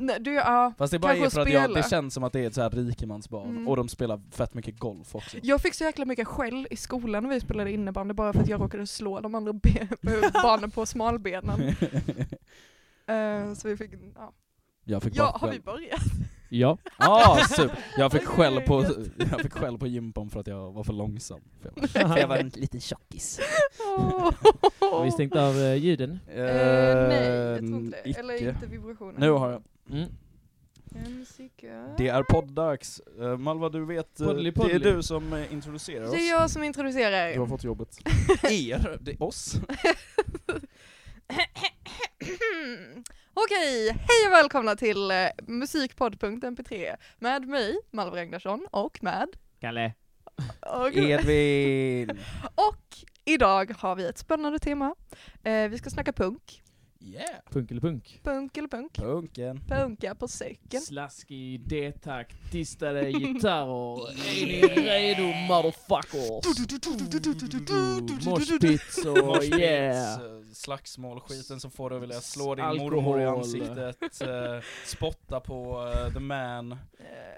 Nej, du, ja. Fast det bara Kanske är för att jag, spela. det känns som att det är ett så här rikemansbarn, Mm. och de spelar fett mycket golf också. Jag fick så jäkla mycket skäll i skolan när vi spelade innebandy bara för att jag råkade slå de andra be- barnen på smalbenen. Eh, så vi fick, ja. jag fick ja bara har vi skäll. börjat? Ja, ah, super. Jag fick Okej, skäll på, gött. jag fick skäll på gympan för att jag var för långsam. För jag, för jag var en liten tjockis. Har vi stängt av eh, ljuden? Eh, Eh, nej, jag tror inte det. Eller icke. inte vibrationen. eh, Nu har jag. Mm. Musiker. Det är podd-dags. Eh, Malva, du vet, eh, Poddeli, det är poddeli. du som eh, introducerar oss. Det är jag som introducerar. Du har fått jobbet. er, det är oss. Okej, hej och välkomna till eh, musikpodd.mp3 med mig, Malva Ragnarsson, och med... Kalle. Och, Edvin! och idag har vi ett spännande tema. Eh, vi ska snacka punk. Yeah! Punk eller punk? Punk eller punk? Punken. Punka på säcken. Slaskig D-takt, distade gitarrer. Är ni redo motherfuckers? Moshpits och Moshpits, yeah. eh, Slagsmål, skiten som får dig att vilja slå din Alkohol. mormor i ansiktet, eh, spotta på eh, the man, eh,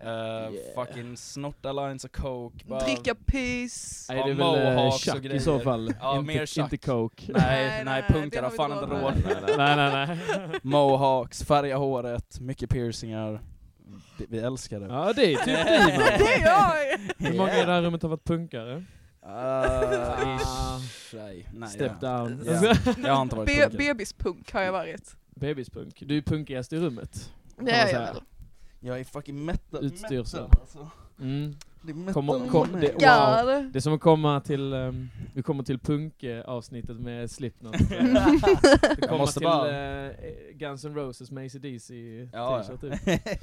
Eh, fucking snorta lines of coke. bara- dricka piss. Nej, det är Ja, väl eh, mohawks och tjack grejer. i så fall. Ja, inte, mer tjack. inte coke. Nej, Nej, nej, nej, punkar det har har vi fan inte inte råd råd med. med. nej, nej, nej. Mohawks, färga håret, mycket piercingar. Vi, vi älskar det. Ja, det är typ det är jag! Hur många i det här rummet har varit punkare? Ah, Ah. ish, nej, nej, Step jag, down. Ja. jag har inte varit Be- punkare. bebispunk har jag varit. Bebispunk. Du är punkigast i rummet. kan Det är man jag säga. väl. Jag är fucking metal. Utstyrsel. metal, alltså. Mm. Det är metal. Kommer- i kom- mig. det- Ja, Det är som att komma till, ehm, vi kommer till punk-avsnittet med Slipknot. Vi kommer måste till bara- eh, Guns N' Roses med ACDC Ja, t-shirt ja. ut.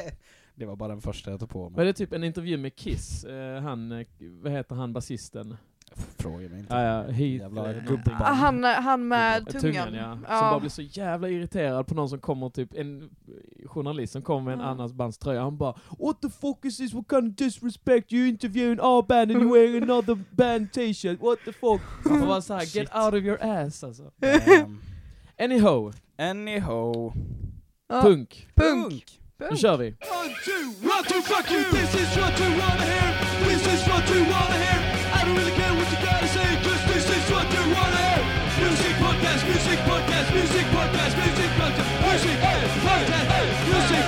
det var bara den första jag tog på Men mig. det är typ en intervju med Kiss, eh, han, eh, vad heter han basisten? Fråga mig inte. Ja, ja, Heath. Jävla eh, gubbband. Ah, Han, han med eh, tungan. ja. Som bara blir så jävla irriterad på någon som kommer typ, en journalist som kommer med en Ja. annans bands tröja, han bara What the fuck is this? What kind of disrespect? You interviewing our band and you wearing another band t-shirt? What the fuck? Man bara såhär, Shit. get out of your ass alltså. Ehm, Anyhow, Anyhow. Ja. punk. Punk. Nu Punk. kör vi. One, two, one, two, fuck you. This is what you wanna hear. This is what you wanna hear. I don't really care what you gotta say. Just this is what you wanna hear. Music podcast, music podcast, music podcast, music podcast, music podcast, music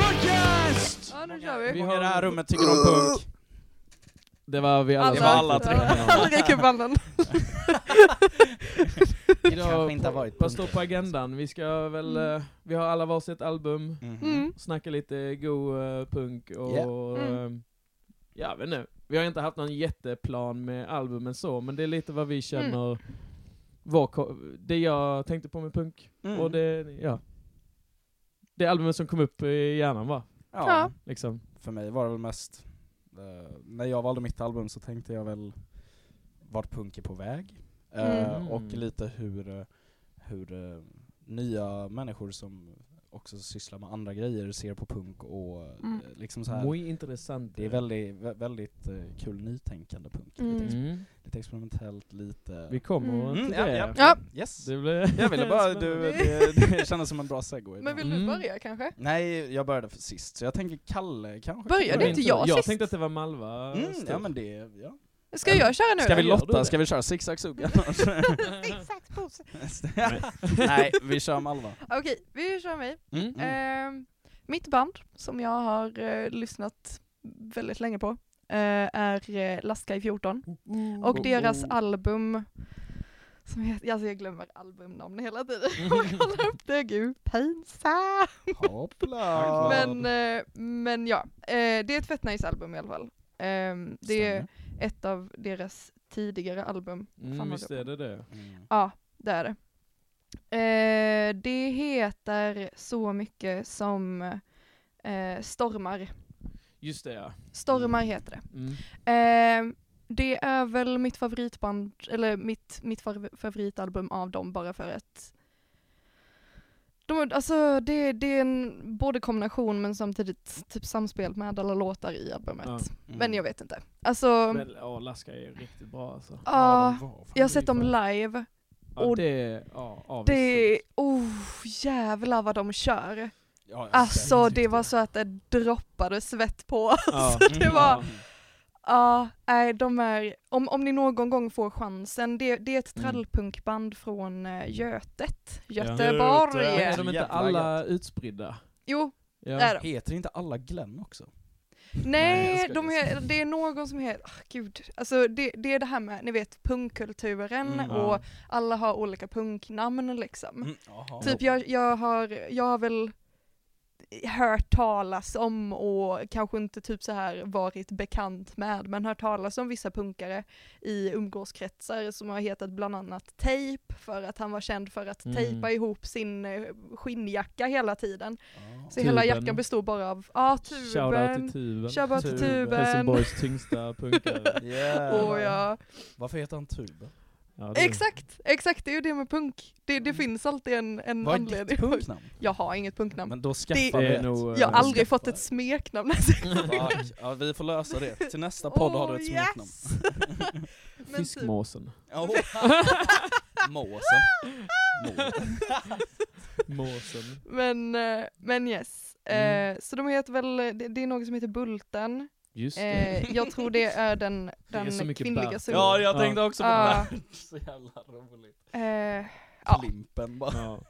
podcast. Ja, nu kör Vi vi. har i det här rummet tycker om punk. Det var vi alla, Alla. Det var alla tre. Rikebanden. Kanske inte har varit Vad punk. står på agendan? Vi ska väl, eh, vi har alla varsitt album, Mhm. Mm. snacka lite go eh, punk och... Mm. eh, Ja, vet nu. Vi har inte haft någon jätteplan med albumen så, men det är lite vad Mm. vi känner, vår, ko- det jag tänkte på med punk, Mm. och det, ja. Det albumet som kom upp i hjärnan va, Ja, liksom. för mig var det väl mest, eh, när jag valde mitt album så tänkte jag väl vart punk är på väg. Eh, Mm. Och lite hur, eh, hur eh, nya människor som också sysslar med andra grejer ser på punk och eh, Mm. liksom så här. Muy intressant. Det är väldigt, vä- väldigt eh, kul nytänkande punk. Mm. Lite, ex- Mm. lite experimentellt, lite... Vi kommer Mm, till ja, det. ja, Ja. Yes. Det blir Jag ville bara, du, Spännande. det, det kändes som en bra segway. Men vill du Mm. börja kanske? Nej, jag började för sist, så jag tänker Kalle kanske. Började kommer inte in. jag Jag sist? tänkte att det var Malva. Mm, stil. ja men det, ja. Ska jag köra nu Ska vi då? gör du lotta? det. Ska vi köra zigzag-sugga? Exakt, pose. Nej, vi kör Malva. Okej, vi kör mig. Mm. Eh, mitt band som jag har eh, lyssnat väldigt länge på eh, är eh, Lastkaj 14 och deras album som heter, alltså jag glömmer albumnamn hela tiden och kollar upp det, gud pinsamt. Mm. Hoppla! Men, eh, men ja, eh, det är ett fett nice album i alla fall. Ehm, det är ett av deras tidigare album. Fan Mm, vad visst är det det. Mm. Ja, det är det. Eh, det heter så mycket som eh, Stormar. Just det ja. Stormar heter det. Mm. Ehm, det är väl mitt favoritband, eller mitt, mitt fav- favoritalbum av dem bara för att de, har- alltså det, det är en både kombination men samtidigt typ samspel med alla låtar i albumet. Ja. mm. Men jag vet inte. Alltså, Men åh, Laska är riktigt bra alltså. ja, de var fan jag har sett dem bra. live. Ja, Och det, ja, Det är, oh jävlar vad de kör. Ja, Alltså det var så att det droppade svett på oss. Ja. det Mm, var, ja, nej de är, om, om ni någon gång får chansen, det, det är ett Mm. trallpunkband från eh, Götet, Ja. Göteborg. Göte. Är de inte Jävla alla utspridda? Jo, Ja. det är de. Heter inte alla Glenn också? Nej, jag Nej, ska- de är, det är någon som heter, ah gud, alltså det, det är det här med, ni vet punkkulturen Mm, och ja. alla har olika punknamn liksom. Mm, jaha. Typ jag, jag, har, jag har väl hört talas om och kanske inte typ så här varit bekant med men hört talas om vissa punkare i umgåskretsar som har hetat bland annat Tejp för att han var känd för att Mm. tejpa ihop sin eh, skinnjacka hela tiden. Så Ja. hela Tuben. jackan bestod bara av ja, Shoutout tuben, till tuben. Shoutout till Tuben. Helsingborgs tyngsta punkare. Jävlar. och Mm, ja. Varför heter han Tuben? Ja, det- Mm. Exakt, exakt det är ju det med punk. Det, det finns alltid en, en Vad är anledning. ditt punknamn? Jag har inget punknamn. Men då Det- skaffa Det det. är nog... eh, Jag har aldrig skaffa fått ett det. smeknamn. Fuck. Ja, vi får lösa det. Till nästa podd har du ett Oh, smeknamn. yes. Men typ- Fiskmåsen. Oh. Måsen. alltså. Må. Måsen. Men, eh, men yes. Mm. Eh, Så de heter väl, det, det är någon som heter Bulten. Just det. Eh, jag tror det är den, Det är den så mycket kvinnliga bär. som... Ja, jag tänkte också på Ja. det. Så jävla roligt. Eh, Ah. Ja. Klimpen bara. Ja.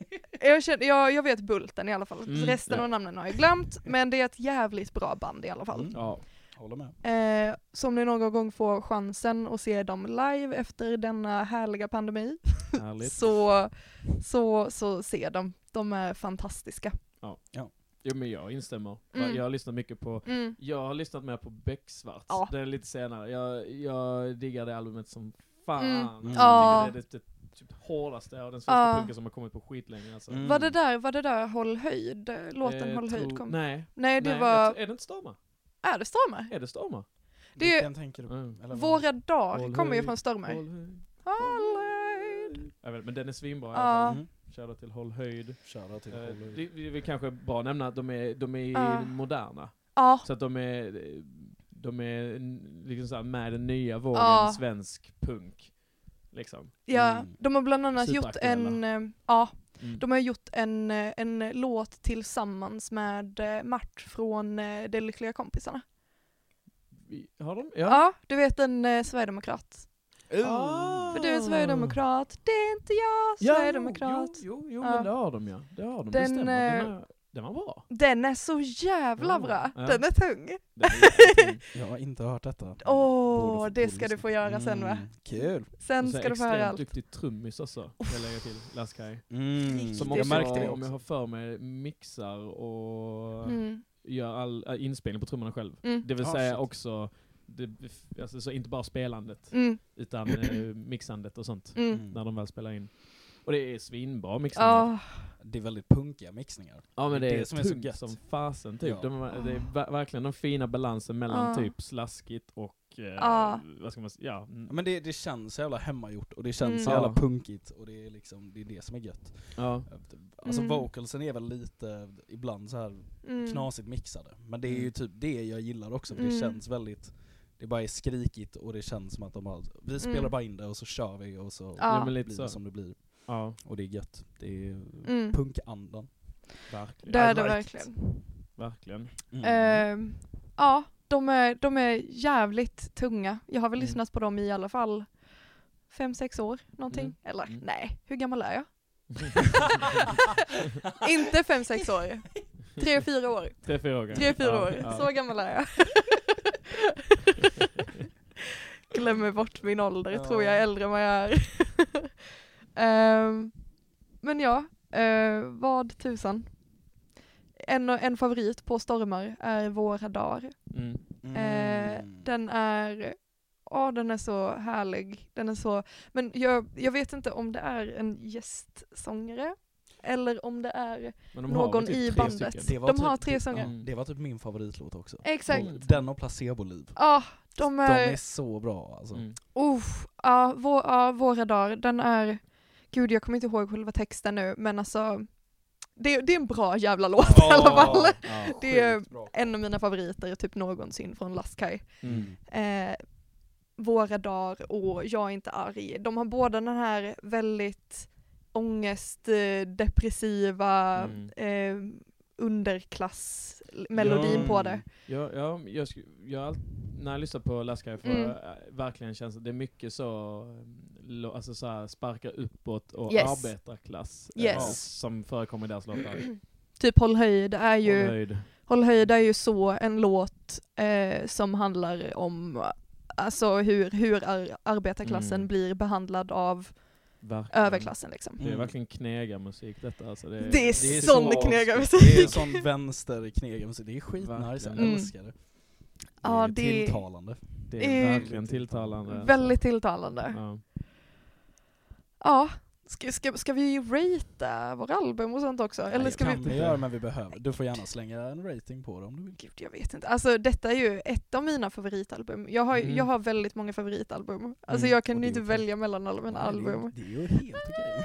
jag, känner, jag, jag vet Bulten i alla fall. Mm, Resten ja. av namnen har jag glömt, men det är ett jävligt bra band i alla fall. Mm. ja. Håller med. Eh, så om ni någon gång får chansen att se dem live efter denna härliga pandemi Härligt. så, så, så se dem. De är fantastiska. Jo men jag instämmer. Mm. Jag har lyssnat mycket på Mm. jag har lyssnat mer på Becksvart. Ja. Det är lite senare. Jag, jag diggar det albumet som fan. Mm. Jag tycker Ja. Det är det, det typ hårdaste av den svenska Ja. punken som har kommit på skitlänge. Alltså. Mm. Var det där, var det där Håll höjd? Låten Eh, Håll tro- höjd kom? Nej, Nej. det nej, jag var, tr- Är det inte Storma? är det Stormer? Är det Storma? Det- Vilken tänker du Mm. Eller vad? Våra dagar Håll kommer ju höjd, från Stormer. Håll höjd. Håll höjd. Jag vet, men den är svinbra i Ja. alla fall. Mm. Shoutout till Håll höjd. Shoutout till Eh, Hollywood. det, det är kanske bra att nämna att de är, de är Ja. moderna. Ja, Så att de är, de är n- liksom så här med den nya vågen Ja. svensk punk. Liksom. ja. Mm. De har bland annat gjort Superaktuella. en, eh, ja, Mm. de har gjort en, eh, en låt tillsammans med eh, Mart från eh, De Lyckliga Kompisarna. Vi- Har de? Ja, Ja. du vet en eh, sverigedemokrat. Ah. För du är sverigedemokrat, det är inte jag, Ja, sverigedemokrat. Jo, jo, jo Ja. men det har de ja. Det har de, Den, den, stämmer. Den, eh, är, den var bra. Den är så jävla Ja, bra, ja. den är tung. Den är jättefin. Jag har inte hört detta. Åh, Borde få- det borde ska du lyssna. få göra sen va? Mm, Kul. Sen Och så ska du få höra extremt allt. duktig trummis också, vill jag lägga till, Laskaj. Mm. Som Det också, jag märkte det om jag också. har för mig, mixar och Mm. gör all äh, inspelning på trummorna själv. Mm. Det vill Ah, säga shit. också, det, alltså, så inte bara spelandet, Mm. utan eh, mixandet och sånt, Mm. när de väl spelar in. Och det är svinbra mixningar. Ja, Det är väldigt punkiga mixningar. Ja men det, Det är, är som är så tungt gött. som fasen typ. Ja. De, det är ver- verkligen den fina balansen mellan Ah. typ slaskigt och, eh, Ah. vad ska man säga, ja. Ja, mm, Men det, det känns så jävla hemmagjort och det känns Mm. så jävla Ja. punkigt och det är liksom, det är det som är gött. ja. Alltså Mm. vocalsen är väl lite, ibland så här mm. knasigt mixade. Men det är ju Mm. typ det jag gillar också för det Mm. känns väldigt, det bara är skrikigt och det känns som att de bara, vi spelar Mm. bara in det och så kör vi och så Ja. ja men lite blir så. det som det blir. Ja, Och det är gött. Det är Mm. punkandan. verkligen. Det är I det like verkligen. verkligen. Mm. Ehm, ja, de är, de är jävligt tunga. Jag har väl Mm. lyssnat på dem i alla fall fem, sex år någonting. Mm. Eller Mm. nej, hur gammal är jag? Inte fem, sex år. Tre, fyra år. Tre, fyra år. Tre, fyra ja, år. Ja. Så gammal är jag. Glömmer bort min ålder, tror jag är äldre än vad jag är. Ehm, men ja, eh, vad tusan. En, en favorit på Stormar är Våra dagar. Mm. Eh, Mm. den är, ja den är så härlig. Den är så, men jag, jag vet inte om det är en gästsångare eller om det är, Men de Någon har väl typ i tre bandet. stycken. Det var de har tre det- sånger. ja, Det var typ min favoritlåt också. exakt, Mm. Den och Placeboliv. ja de De är, är så bra alltså. Mm. uff, ja vår, ja, våra dagar, den är, gud jag kommer inte ihåg själva texten nu men alltså, det, det är en bra jävla låt i alla fall. Ja. Det är Sjukt bra. En av mina favoriter typ någonsin från Laskaj. Mm. eh, Våra dagar och Jag är inte arg. De har båda den här väldigt ångest, eh, depressiva, Mm. eh, underklassmelodin Ja. på det. Ja, ja, jag, sku- jag, har allt- när jag lyssnar på Alaska får Mm. jag eh, verkligen känns det är mycket så, mm, lo- alltså så här, sparka uppåt och Yes. arbetarklass eh, Yes. som förekommer i deras låtar. Typ Håll höjd är ju, Och Håll höjd, höjd. är ju så en låt eh, som handlar om alltså hur, hur ar- arbetarklassen Mm. blir behandlad av Verkligen. överklassen liksom. Det är Mm. verkligen knegarmusik detta alltså. Det Det är Det är sån så- Det är knegarmusik! sån vänster knegarmusik, det är skitnice, jag Mm. älskar det. Ja, det det är är tilltalande. Det är Eh, verkligen tilltalande. alltså. Väldigt Mm. tilltalande. Ja. Ja, ska, ska, ska vi ratea våra album och sånt också? Eller det ska kan vi... vi göra men vi behöver. Du får gärna slänga en rating på det om du vill. Gud, jag vet inte. Alltså detta är ju ett av mina favoritalbum. Jag har, Mm. jag har väldigt många favoritalbum. Alltså Mm, jag och kan det ju är inte okej. välja mellan alla mina Nej, det är ju- album. Det är ju helt okej.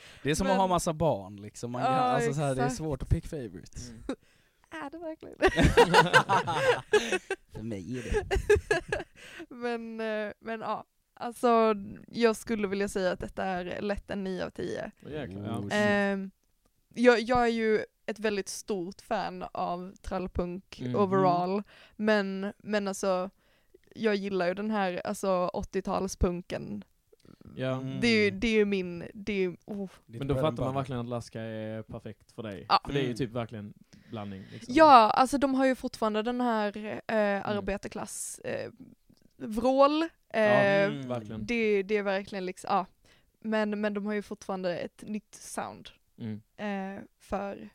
det är som Men- att ha massa barn liksom. Man Ja, kan, alltså, så här, det är exakt. Mm. svårt att pick favorites. Är det verkligen? För mig är det. men, eh, men ja. Alltså jag skulle vilja säga att detta är lätt en 9 av 10. Åh, jäklar, ja. Oh, shit. Ehm, jag, jag är ju ett väldigt stort fan av trallpunk Mhm. overall, men, men alltså jag gillar ju den här alltså, 80-talspunken. Ja. Mm. Det är ju det är ju min, det är, ju- Alltså. oh. Lite Men då bread and fattar man butter. verkligen att Alaska är perfekt för dig. Ja. För det är ju Mm. typ verkligen blandning. Liksom. Ja, alltså de har ju fortfarande den här eh, arbetarklass eh, vrål. Eh, Mm. Ja, mm, verkligen. det, det är verkligen liksom, ja. Men, men de har ju fortfarande ett nytt sound Mm. eh, för,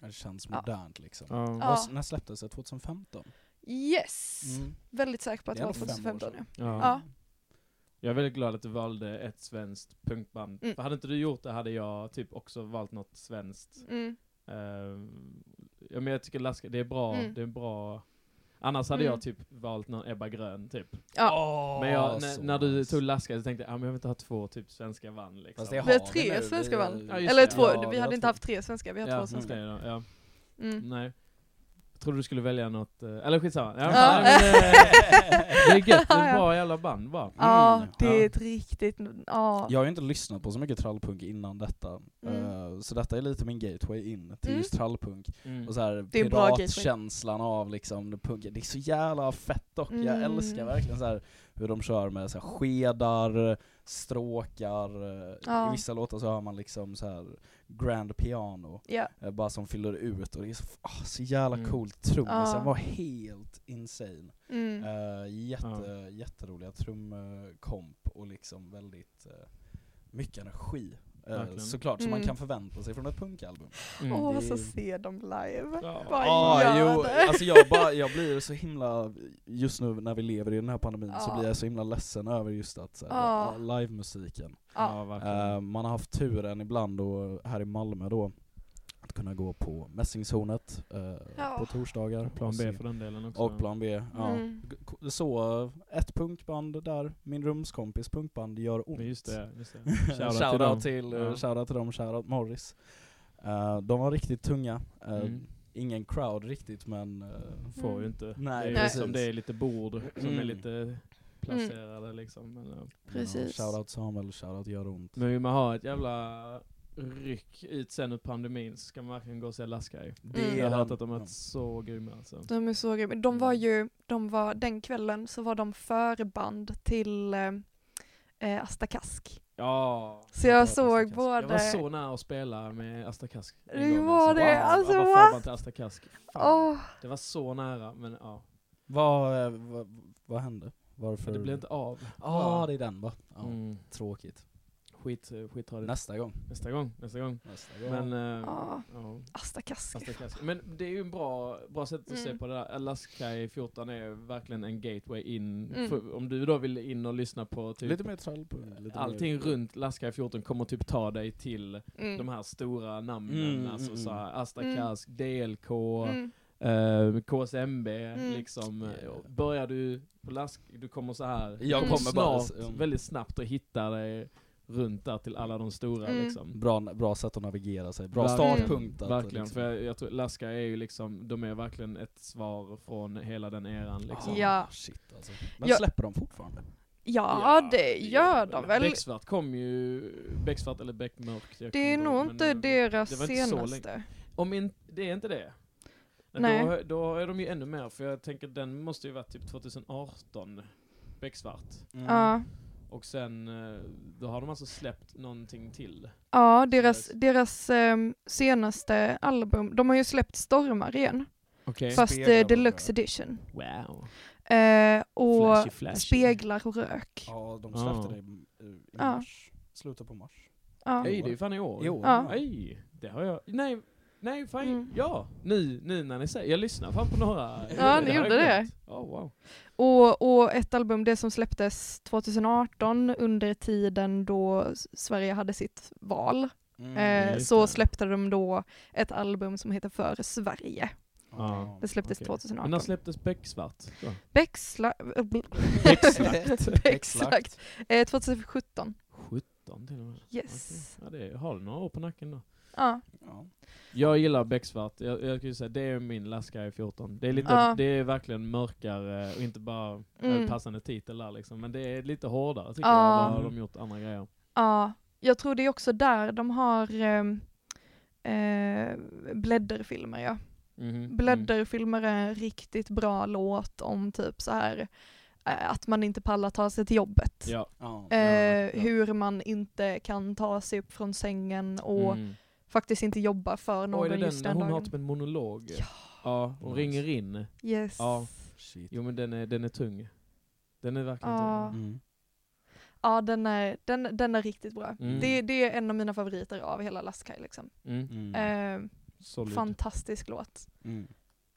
Det känns Ja. modernt liksom. Ja. Ja. Vad- När släpptes det? 2015? yes! Mm. Väldigt säker på att Det det är var ändå fem år 2015 ja. sedan. Ja. Ja. Jag är väldigt glad att du valde ett svenskt punkband. Mm. För hade inte du gjort det hade jag typ också valt något svenskt. Mm. Ehm, ja, men jag tycker Alaska, det är bra, Mm. det är bra. Annars hade Mm. jag typ valt någon Ebba Grön typ. Ja. Åh, men jag, när- så när du nice. tog Alaska så tänkte jag, ah, men jag vill inte ha två typ svenska vann liksom. Fast det Vi har vi tre nu, svenska vi- vann. Ja, just Eller det. två, Ja, vi har hade inte två. haft tre svenska, vi har ja, två svenska. okej då, ja. Mm. Nej. Jag trodde du skulle välja något, eh, eller skitsamma. Ja, Ja. Nej, men, eh, det är gött, det är bra jävla band bara. Ja, Mm, det ja. är ett riktigt, ja. Jag har ju inte lyssnat på så mycket trallpunk innan detta, Mm. Eh, så detta är lite min gateway in till Mm. just trallpunk. Mm. Och så här Det är en bra gateway. piratkänslan av liksom det punken, det är så jävla fett dock, jag Mm. älskar verkligen så här hur de kör med så här skedar, stråkar, eh, Ja. i vissa låtar så hör man liksom så här grand piano, Ja. eh, bara som fyller ut och det är så, ah, så jävla Mm. coolt, trummisen Ja. var helt insane. Mm. Eh, jätte, Jätteroliga trumkomp och liksom väldigt eh, mycket energi. eh, Verkligen. såklart, som man Mm. kan förvänta sig från ett punkalbum. Mm. Åh, det så är- se dem live. Ja. Vad Ah, gör jo, det? alltså jag, bara, jag blir så himla, just nu när vi lever i den här pandemin så Ja. blir jag så himla ledsen över just att så här, Ja. ah, livemusiken. Ja. Ja, verkligen. Eh, man har haft turen ibland och här i Malmö då, att kunna gå på Mässingshornet eh, Ja. på torsdagar. Plan och se- B för den delen också. Och plan B, ja. Mm. G- k- Så, eh, ett punkband där, min rumskompis punkband gör ont. Men just det, just det. Shoutout, dem. till, Ja. eh, shoutout till dem, shoutout Morris. Eh, de var riktigt tunga. Eh, Mm. Ingen crowd riktigt men eh, Får ju Mm. inte. Nej, det är ju precis. som det är lite bord som är Mm. lite placerade liksom. Men, ja. Precis. Ja, shoutout Samuel, shoutout gör ont. men vill man ha ett jävla ryck ut sen ur pandemin så ska man verkligen gå och se Alaska ju. Mm. Jag den- har hört att de har ja. varit så grymma alltså. De är så grymma. De Mm. var ju, de var, den kvällen så var de förband till eh, eh, Asta Kask. Ja. Så jag såg Ja, Asta Kask. Jag både... Jag var så nära att spela med Asta Kask. en Det gång, var alltså. det, Wow, alltså, jag var what? förband till Asta Kask. Fan. Åh, Det var så nära men ja. Vad, eh, vad, vad hände? Varför? För det blev inte av. Ja, det är den va? Ja, Mm. Tråkigt. Skit, eh, skittradigt. Nästa gång. Nästa gång, nästa gång. Nästa gång. Men, eh, Ja. ja. Asta Kask. Fast det är klassiskt. Men det är ju en bra, bra sätt att se Mm. på det där. Alaska i 14 är verkligen en gateway in. Mm. För, om du då vill in och lyssna på typ lite mer trallpunk. lite mer- Allting runt Alaska i 14 kommer typ ta dig till Mm. de här stora namnen, Mm, alltså mm, så här, Asta Mm. Kask, DLK, Mm. eh, KSMB, Mm. liksom. Yeah. Och Börjar du på Alaska, du kommer så här, du Jag kommer bara- snart, mm. väldigt snabbt att hitta dig runt där till alla de stora Mm. liksom. Bra, bra sätt att navigera sig, bra Verkligen. startpunkt. att Verkligen, liksom- för jag, jag tror Laska är ju liksom, de är verkligen ett svar från hela den eran liksom. Ja. Ah, Shit alltså. Men Ja. släpper de fortfarande? Ja, det gör de väl. Becksvart kom ju, Becksvart eller Beckmörkt. jag Det kommer är nog ihåg, inte men, eh, deras det var inte så länge. Mm. senaste. Om in, det är inte det? Nej. Nej. Då, då är de ju ännu mer, för jag tänker den måste ju varit typ 2018, Becksvart. Ja, Och sen, eh, då har de alltså släppt någonting till. ja deras, deras ehm, senaste album, de har ju släppt Stormar igen, Okej. fast Speglar eh, och deluxe edition. Eh, och Flashy, flashy. Speglar och Rök. Ja. Ja, de släppte Ja. det eh, i Ja. mars. Slutet på mars. Mm. Nej, det är ju fan i år. I år. Ja. Nej, det har jag. Nej, nej fan, Mm. ja. Nu, nu när ni säger, jag lyssnar fan på några. Ja, ni har gjorde jag det. glömt. Ja, wow. Och, och ett album, det som släpptes 2018 under tiden då S- Sverige hade sitt val, Mm. eh, just så det. släppte de då ett album som heter För Sverige. Ja. Det släpptes Okej. Men 2018. när släpptes Becksvart? då? Bäcksla... Beckslakt. Bäckslakt. Eh, 2017. 17 till och med. Yes. Ja, det är, har du några år på nacken då? Ja. Ja. Jag gillar Becksvart. Jag, jag skulle säga det är min Laskaj 14. Det är, lite, Ja. det är verkligen mörkare och inte bara eh, Mm. passande titel där liksom. Men det är lite hårdare tycker Ja. jag. Vad har de gjort andra grejer? ja. Jag tror det är också där de har ehm, eh, blädderfilmer. Ja. Mm-hmm. Mhm. Blädderfilmer är en riktigt bra låt om typ så här eh, att man inte pallar ta sig till jobbet. Mm. Ja. Ja. Eh, ja. Hur man inte kan ta sig upp från sängen och Mm. faktiskt inte jobba för Och är någon det den just när den hon dagen. har typ en monolog? Ja. Ja, hon Nice. ringer in. Yes. Ja. Ja. Shit. Jo men den är, den är tung. Den är verkligen Ja. tung. Mm. den, är, den, den är riktigt bra. Mm. Det, det är en av mina favoriter av hela Laskaj. Liksom. Mm. Mm. Eh, Solid. Fantastisk låt. Mm.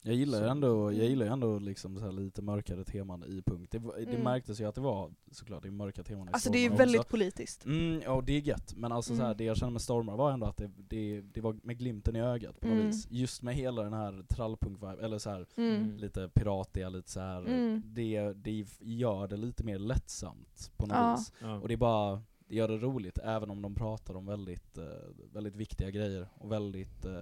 Jag gillar Så- ju ändå, Mm. jag gillar ju ändå liksom så här lite mörkare teman i punkt. Det, var- det Mm. märktes ju att det var såklart det är mörka teman i Alltså det är ju Stormar väldigt också. politiskt. Mm, ja och det är gött, men alltså så här, Mm. det jag kände med Stormar var ändå att det, det, det var med glimten i ögat på något Mm. vis. Just med hela den här trallpunk eller så här Mm. Mm. lite piratiga, lite så här. Mm. Det, det gör det lite mer lättsamt på något Ja. vis. Ja. Och det är bara, det gör det roligt även om de pratar om väldigt, eh, väldigt viktiga grejer och väldigt eh,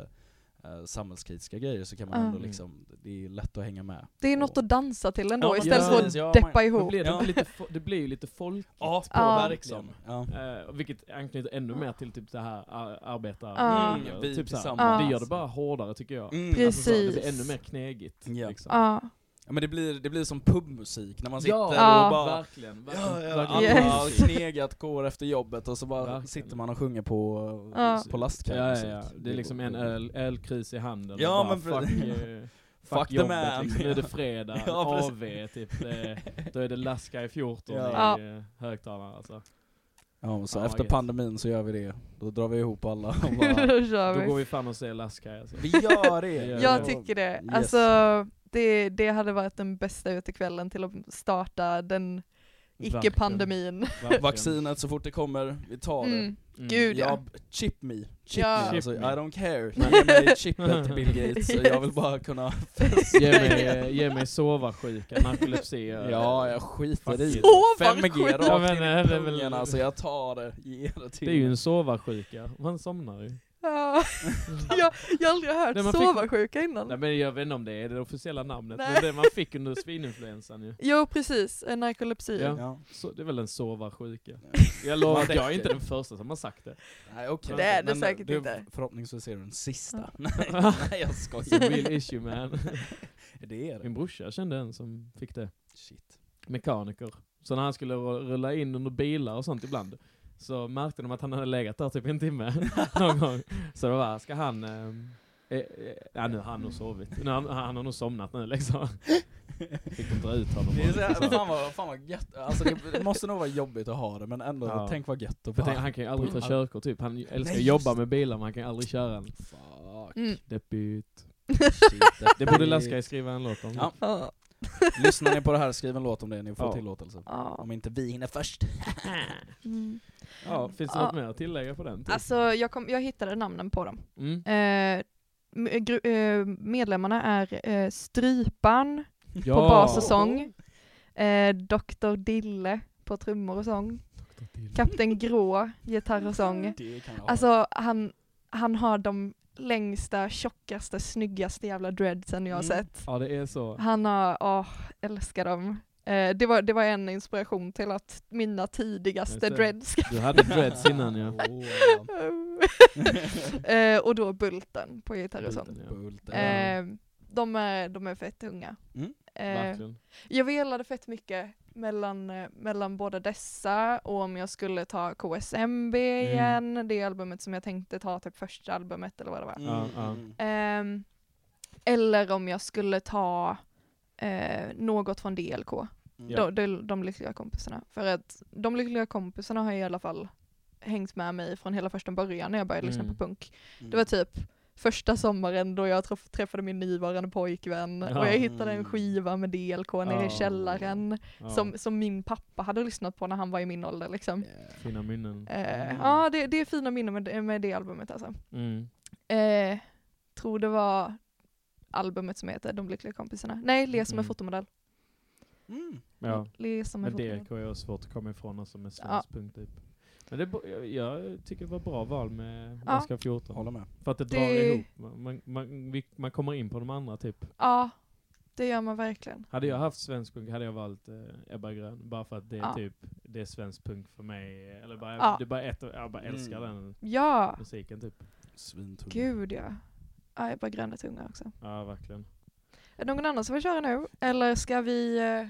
eh, samhällskritiska grejer så kan man Ja. ändå Mm. liksom, det är lätt att hänga med. Det är något att dansa till ändå Ja, men istället för att precis, ja, deppa man- Men ihop. blir det, Ja. inte lite, fo- det blir ju lite folkigt. Ja, på Ja. verkligen. Ja. Eh, vilket anknyter ännu mer till typ det här ar- arbetar... Ja. Mm, vi typ så här. tillsammans. Det gör det bara hårdare tycker jag. Alltså Mm. Precis. så här, det blir ännu mer knegigt. Ja. Liksom. Ja. Ja, men det blir, det blir som pubmusik när man sitter Ja, Ja. och bara verkligen. Ja, verkligen, ja, alla verkligen. Yes. har knegat, går efter jobbet och så bara Verkligen. sitter man och sjunger på, Ja. på Ja, lastkaj. ja, musik. ja. Det är liksom en öl, ölkris i handen. och Ja, bara, men för- fuck, eh, Fuck fuck the jobbet, man. liksom. nu är det fredag, Ja, precis. AV typ. eh, Då är det Laska i 14 Ja. i eh, högtalaren alltså. Ja, och så Ja, efter gött. pandemin så gör vi det. Då drar vi ihop alla och bara, Då kör Då går vi. vi fan och ser Laska alltså. vi gör det! Vi gör Jag Ja. tycker det. Yes. Alltså det, det hade varit den bästa utekvällen till att starta den icke-pandemin. Verkligen. Vaccinet så fort det kommer, vi tar det. Mm. Mm. Gud ja, ja. b- chip me. Chip Ja. me. Chip Alltså, me. I don't care. Ge mig chippet till Bill Gates, så jag vill bara kunna... Ge mig, eh, ge mig sova-sjuka, narkolepsi. eh, Ja, jag skiter i det. Sova 5G sjukt. Ja, rakt men in det är i väl- pungen alltså, jag tar det. Ge det till Det är ju mig. en sova-sjuka, man somnar ju. Ja. jag, jag har aldrig hört Nej, man fick- sova-sjuka innan. Nej men jag vet inte om det är det officiella namnet, Nej. men det man fick under svininfluensan ju. Jo precis, eh, narkolepsi. Ja. Ja. Så, det är väl en sova-sjuka. Ja. Jag lovar Man att jag är täcker. inte den första som har sagt det. Nej, okej. Det är det Men säkert du, inte. Förhoppningsvis är du den sista. Ja. Nej, nej, jag It's a skojar. real issue man. Det är det. Min brorsa kände en som fick det. Shit. Mekaniker. Så när han skulle ru- rulla in under bilar och sånt ibland, så märkte de att han hade legat där typ en timme. någon gång. Så det var, ska han... ehm, Eh, eh, ja nu har han nog sovit. Nu, har han, han har nog somnat nu liksom. Fick de dra ut honom. Det är så här, Så- fan, vad, fan vad gött. Alltså, det, det måste nog vara jobbigt att ha det, men ändå, Ja. tänk vad gött att För bara... tänk, han kan ju aldrig ta Ja. körkort typ. Han älskar att Nej, jobba just med bilar men han kan aldrig köra en. Fuck. Mm. Deppigt. Shit, Det borde Laskaj skriva en låt om. Ja. Ja. Lyssnar ni på det här, skriv en låt om det, ni får Ja. tillåtelse. Oh Ja. Om inte vi hinner först. Mm. Ja, finns det Ja. något mer att tillägga på den? Typ? Alltså jag, kom, jag hittade namnen på dem. Mm. Eh, m- gru- eh, medlemmarna är eh, Strypan Ja. Oh. på bas och sång, eh, Dr Dille på trummor och sång, Kapten Grå gitarr och sång. Det kan jag ha. Alltså han, han har de längsta, tjockaste, snyggaste jävla dreadsen jag har Mm. sett. Ja det är så. Han har, åh, älskar dem. Eh, det, var, det var en inspiration till att mina Just tidigaste det. dreads Du hade dreads innan ja. Åh, ja. eh, och då Bulten på gitarr och sånt. Bulten, ja. Bulten. Eh, de, är, de är fett unga. Mm, Eh, Verkligen. jag velade fett mycket mellan, eh, mellan båda dessa och om jag skulle ta KSMB igen, det albumet som jag tänkte ta, typ första albumet eller vad det var. Ja, ja. Mm. Ehm, eller om jag skulle ta eh, något från DLK, Ja. de, de, de lyckliga kompisarna. För att de lyckliga kompisarna har ju i alla fall hängt med mig från hela första början när jag började lyssna Mm. på punk. Det var typ första sommaren då jag träff- träffade min nuvarande pojkvän och jag hittade en Mm. skiva med DLK nere Ja. i källaren Ja, som, som min pappa hade lyssnat på när han var i min ålder liksom. Fina minnen. Eh, ja, det, det är fina minnen med, med det albumet alltså. Mm. Eh, tror det var albumet som heter De lyckliga kompisarna. Nej, Le som är Mm. fotomodell. Mm. Ja. Le som är Men fotomodell. DK är svårt att komma ifrån alltså med Ja. svensk punkt typ. Men det, bo- jag, jag tycker det var bra val med Ja. Alaska 14. Håller med. För att det drar Det- ihop. Man- Man, man, vi, man kommer in på de andra typ. Ja, det gör man verkligen. Hade jag haft svensk punk hade jag valt eh, Ebba Grön. Bara för att det är Ja. typ, det är svensk punk för mig. Eller bara, Ja. det är bara ett, jag bara älskar Mm. den Ja, musiken typ. Svintung. gud ja. Ja, jag bara gröna tunga också. Ja verkligen. Är det någon annan som vill köra nu? Eller ska vi, eh,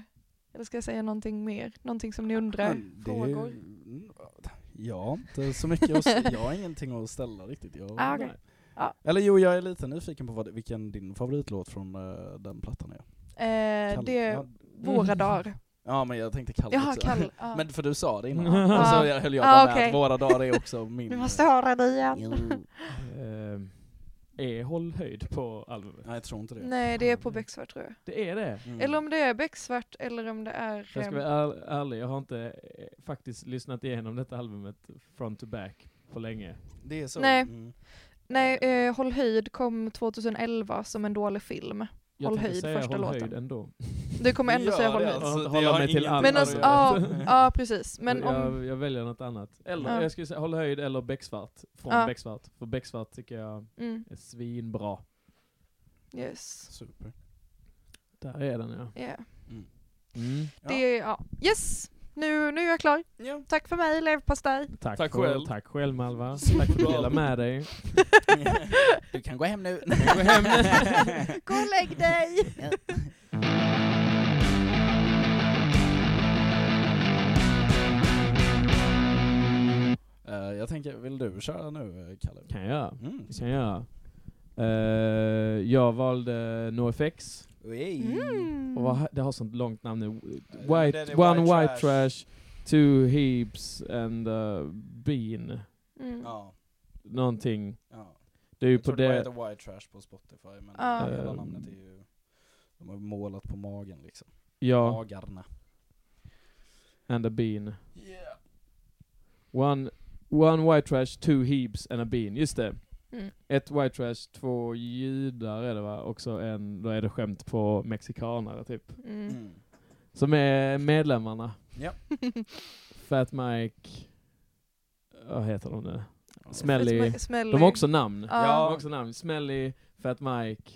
eller ska jag säga någonting mer? Någonting som ni undrar? Men det- Frågor? Mm, Jag har inte så mycket att s- jag har ingenting att ställa riktigt. Jag, Ah, okej. Nej. Eller jo, jag är lite nyfiken på vad, vilken din favoritlåt från eh, den plattan är. Eh, Kall- det är ja, Våra dagar. ja, men jag tänkte Kalle Jaha, också. Kall. Ja. Men för du sa det innan, Ja. och så jag- höll jag Ah, bara med okej. att Våra dagar är också min... Vi måste höra det igen. Mm. Eh, är Håll höjd på albumet? Nej, jag tror inte det. Nej, det är på Becksvart tror jag. Det är det. Mm. Eller om det är Becksvart eller om det är... Jag ska ehm, vara är- ärlig, jag har inte eh, faktiskt lyssnat igenom detta albumet front to back på länge. Det är så? Nej. Mm. Nej, eh, Håll höjd kom 2011 som en dålig film. Jag Håll tänkte höjd, säga första Håll låten. höjd ändå. Du kommer ändå Ja, säga det Håll är höjd. alltså- det Hålla har mig till ingenting all- Men med alltså, det. ja, ja precis. Men jag, om, jag väljer något annat. Eller Ja. jag skulle säga Håll höjd eller Becksvart. Från Ja. Becksvart. För Becksvart tycker jag mm, är svinbra. yes. Super. Där är den ja. Yeah. Mm. Mm. Det, ja. Yes! Nu, nu är jag klar. Ja. Tack för mig, leverpastej. Tack, Tack för, själv. Tack själv Malva. Tack för att du delade med dig. Du kan gå hem nu. Gå hem nu. Gå och lägg dig! Eh, jag tänker, vill du köra nu eh, Kalle? Kan jag göra. Mm. Det kan jag göra. Eh, jag valde NoFX. Mm. Och vad, det har sånt långt namn nu. men White, den är one white white trash. trash, two heaps and uh, bean. Mm. Ja, Någonting. ja. Det är ju Jag på trodde det det. heter White Trash på Spotify men Ja. hela Ehm. namnet är ju De har målat på magen liksom. Ja, Magarna. and a bean. Yeah. One, one white trash, two heaps and a bean. Just det. Mm. Ett white trash, två judar är det va? Och så en, då är det skämt på mexikanare typ. Mm. Mm. Som är medlemmarna. Ja. Fat Mike. Vad heter de nu? Smelly. Sm- Smelly. De har också namn. Ja. De har också namn. Smelly, Fat Mike.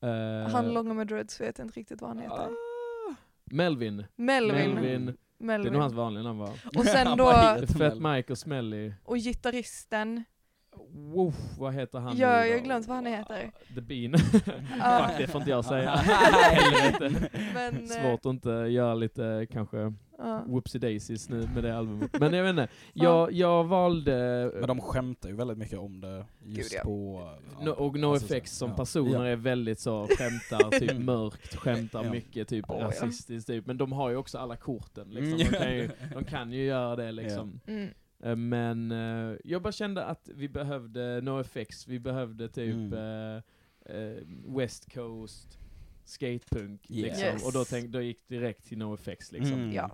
eh, Han långa med dreads vet inte riktigt vad han heter. ah, Melvin. Melvin. Melvin. Melvin. Det är nog hans vanliga namn va? Och sen Han då, bara heter Fat Mel. Mike och Smelly. och gitarristen. Wow, vad heter han Ja, nu jag då? har glömt vad han heter. Ah. The Bean. Fuck, det får inte jag säga. Helvete. Men, eh, Svårt att inte göra lite kanske ja. whoopsie daisies nu med det albumet. Men jag vet inte. Jag, jag valde... eh, Men de skämtar ju väldigt mycket om det just Gud, ja. på... No, och NoFX som personer alltså ja. är väldigt så, skämtar typ Mm. mörkt, skämtar Ja. Mm. mycket typ Åh, ja. rasistiskt typ. Men de har ju också alla korten liksom. De kan ju, de kan ju göra det liksom. mm. Eh, Men eh, jag bara kände att vi behövde NoFX, vi behövde typ Mm. eh, eh, West Coast, skatepunk Yeah. liksom. Yes. Och då, tänk, då gick det direkt till NoFX liksom. Mm. Ja.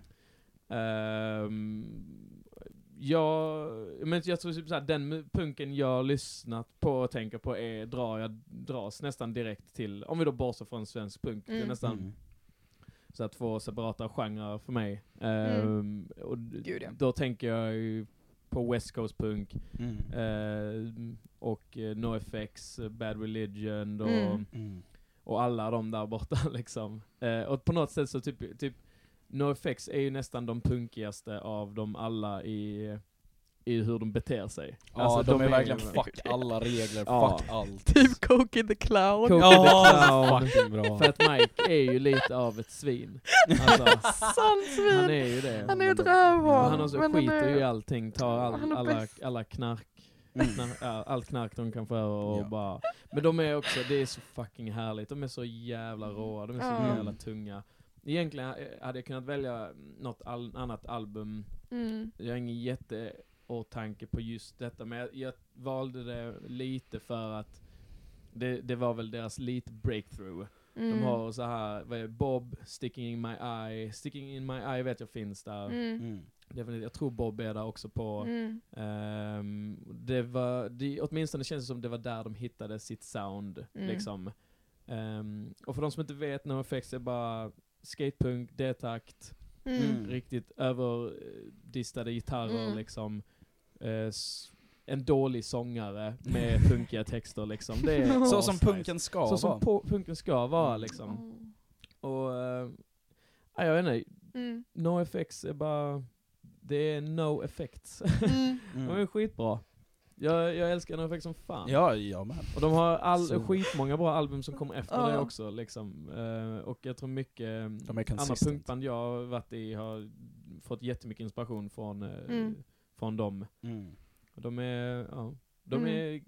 Ehm, ja, men jag tror typ såhär, den mu- punken jag lyssnat på och tänker på är, drar jag, dras nästan direkt till, om vi då bortser från svensk punk, det är Mm. nästan Mm. så här, två separata genrer för mig. Ehm, och d- Mm. Gud, ja. Då tänker jag ju på West Coast punk, Mm. ehm, och eh, NoFX, eh, Bad Religion och Mm. Mm. och alla de där borta liksom. Eh, och på något sätt så typ, typ NoFX är ju nästan de punkigaste av dem alla i, i hur de beter sig. Ja, Alltså, de, är verkligen fuck alla regler, Ja. fuck allt. Typ Coke in the Clown. Coke in the Ja, Clown. fucking bra. För att Mike är ju lite av ett svin. Alltså, Sån han svin! är ju det. Han är ju ett Ja, rövhål. han också men han skiter ju i är- allting, tar all, han är alla, bäst. alla knark, Mm. knar- ja, allt knark de kan få över och Ja. bara... Men de är också, det är så fucking härligt, de är så jävla råa, de är så Ja. jävla tunga. Egentligen eh, hade jag kunnat välja något all, annat album, Mm. jag har ingen jätteåtanke på just detta, men jag, jag valde det lite för att det, det var väl deras lite breakthrough. Mm. De har så här, vad är det, Bob, Sticking in my eye, Sticking in my eye vet jag finns där. Mm. Mm. Definitivt. Jag tror Bob är där också på. Mm. ehm, det var, det, åtminstone känns det som det var där de hittade sitt sound. Mm. Liksom. Ehm, och för de som inte vet, NoFX är bara skatepunk, D-takt, Mm. riktigt överdistade gitarrer Mm. liksom. Eh, s- en dålig sångare med punkiga texter liksom. Det är Så som asnice. punken ska Så som vara. po- punken ska vara liksom. Mm. Och, eh, ja, jag vet inte, Mm. NoFX är bara, det är no effects. Mm. Mm. De är skitbra. Jag, jag älskar NoFX som fan. Ja, jag med. Och de har all, Så- skitmånga bra album som kom efter Ja. det också. Liksom. Eh, och jag tror mycket De är andra consistent. punkband jag har varit i har fått jättemycket inspiration från, eh, Mm. från dem. Mm. Och de är, ja, de Mm. är,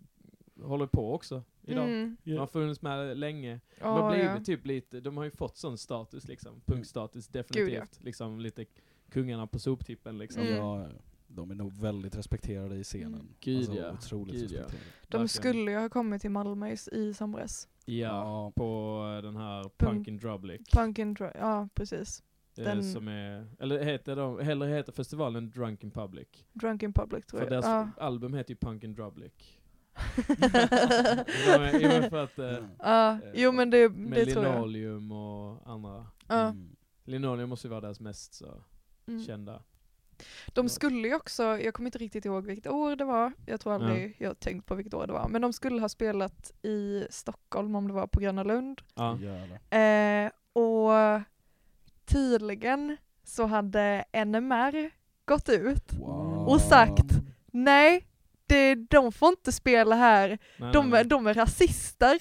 håller på också idag. Mm. De har funnits med länge. De Ja, har blivit ja. typ lite, de har ju fått sån status liksom. Punkstatus definitivt. Gud, ja. Liksom lite kungarna på soptippen liksom. Mm. Ja, de är nog väldigt respekterade i scenen. Mm. Gud, alltså, ja. Otroligt Gud, ja. De respekterade. Verkligen. skulle ju ha kommit till Malmö i- i somras. ja. Ja. på eh, den här Punk- Punk and Drublic. Punk and Dra- ja precis. eh, den- Som är, eller heter de, eller heter festivalen Drunken Public. Drunk in public tror För jag. deras ja. album heter ju Punk and Drublic. de är, jo, men för att, eh, Mm. Ja, jo men det, Mm, det med tror jag. Linoleum och andra. Ja. Mm. Linoleum måste ju vara deras mest så, Mm. kända. De skulle ju också, jag kommer inte riktigt ihåg vilket år det var, jag tror aldrig jag har tänkt på vilket år det var, men de skulle ha spelat i Stockholm om det var på Gröna Lund. Ja. Mm. Jävlar. Eh, och tydligen så hade NMR gått ut Mm. Wow. och sagt nej, det, de får inte spela här, Nej, de, nej, är- de är rasister. nej.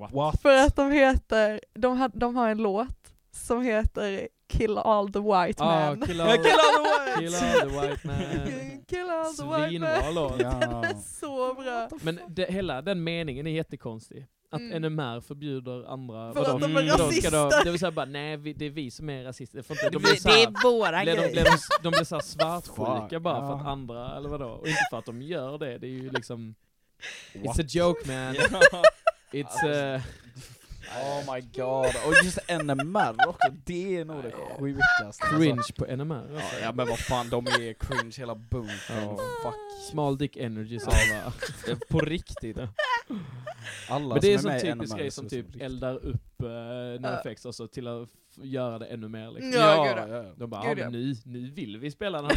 What? What? För att de heter, de, ha, de har en låt som heter Kill all the white Ah, men. kill Ja, all, kill all the kill words! all the white man. Kill all the white Svinbra men. låt. Den är Ja. så bra. Men det, hela den meningen är jättekonstig. Att Mm. NMR förbjuder andra... För vadå? att de är Vadå, ska de- rasister. det vill säga bara, nej vi, det är vi som är rasister. För inte, de Det blir såhär, våra blev de, blev de, de blir såhär svartsjuka Fuck, bara ja. för att andra, eller vadå? Och inte för att de gör det, det är ju liksom... What? It's a joke man. Ja. Alltså- It's eh, a... Oh my god, och just NMR också, det är nog det sjukaste. Cringe på NMR. Alltså. Ja, ja men vad fan, de är cringe hela bunten. Ja. Fuck. Small dick energy sa jag bara. På riktigt. Alla Men det är en som sån är med i typisk NMR grej som ser ut typ riktigt- eldar upp uh, NoFX och så till att f- göra det ännu mer liksom. Ja, gud, ja. De bara, Gud, ja, ja. men nu, nu vill vi spela den här.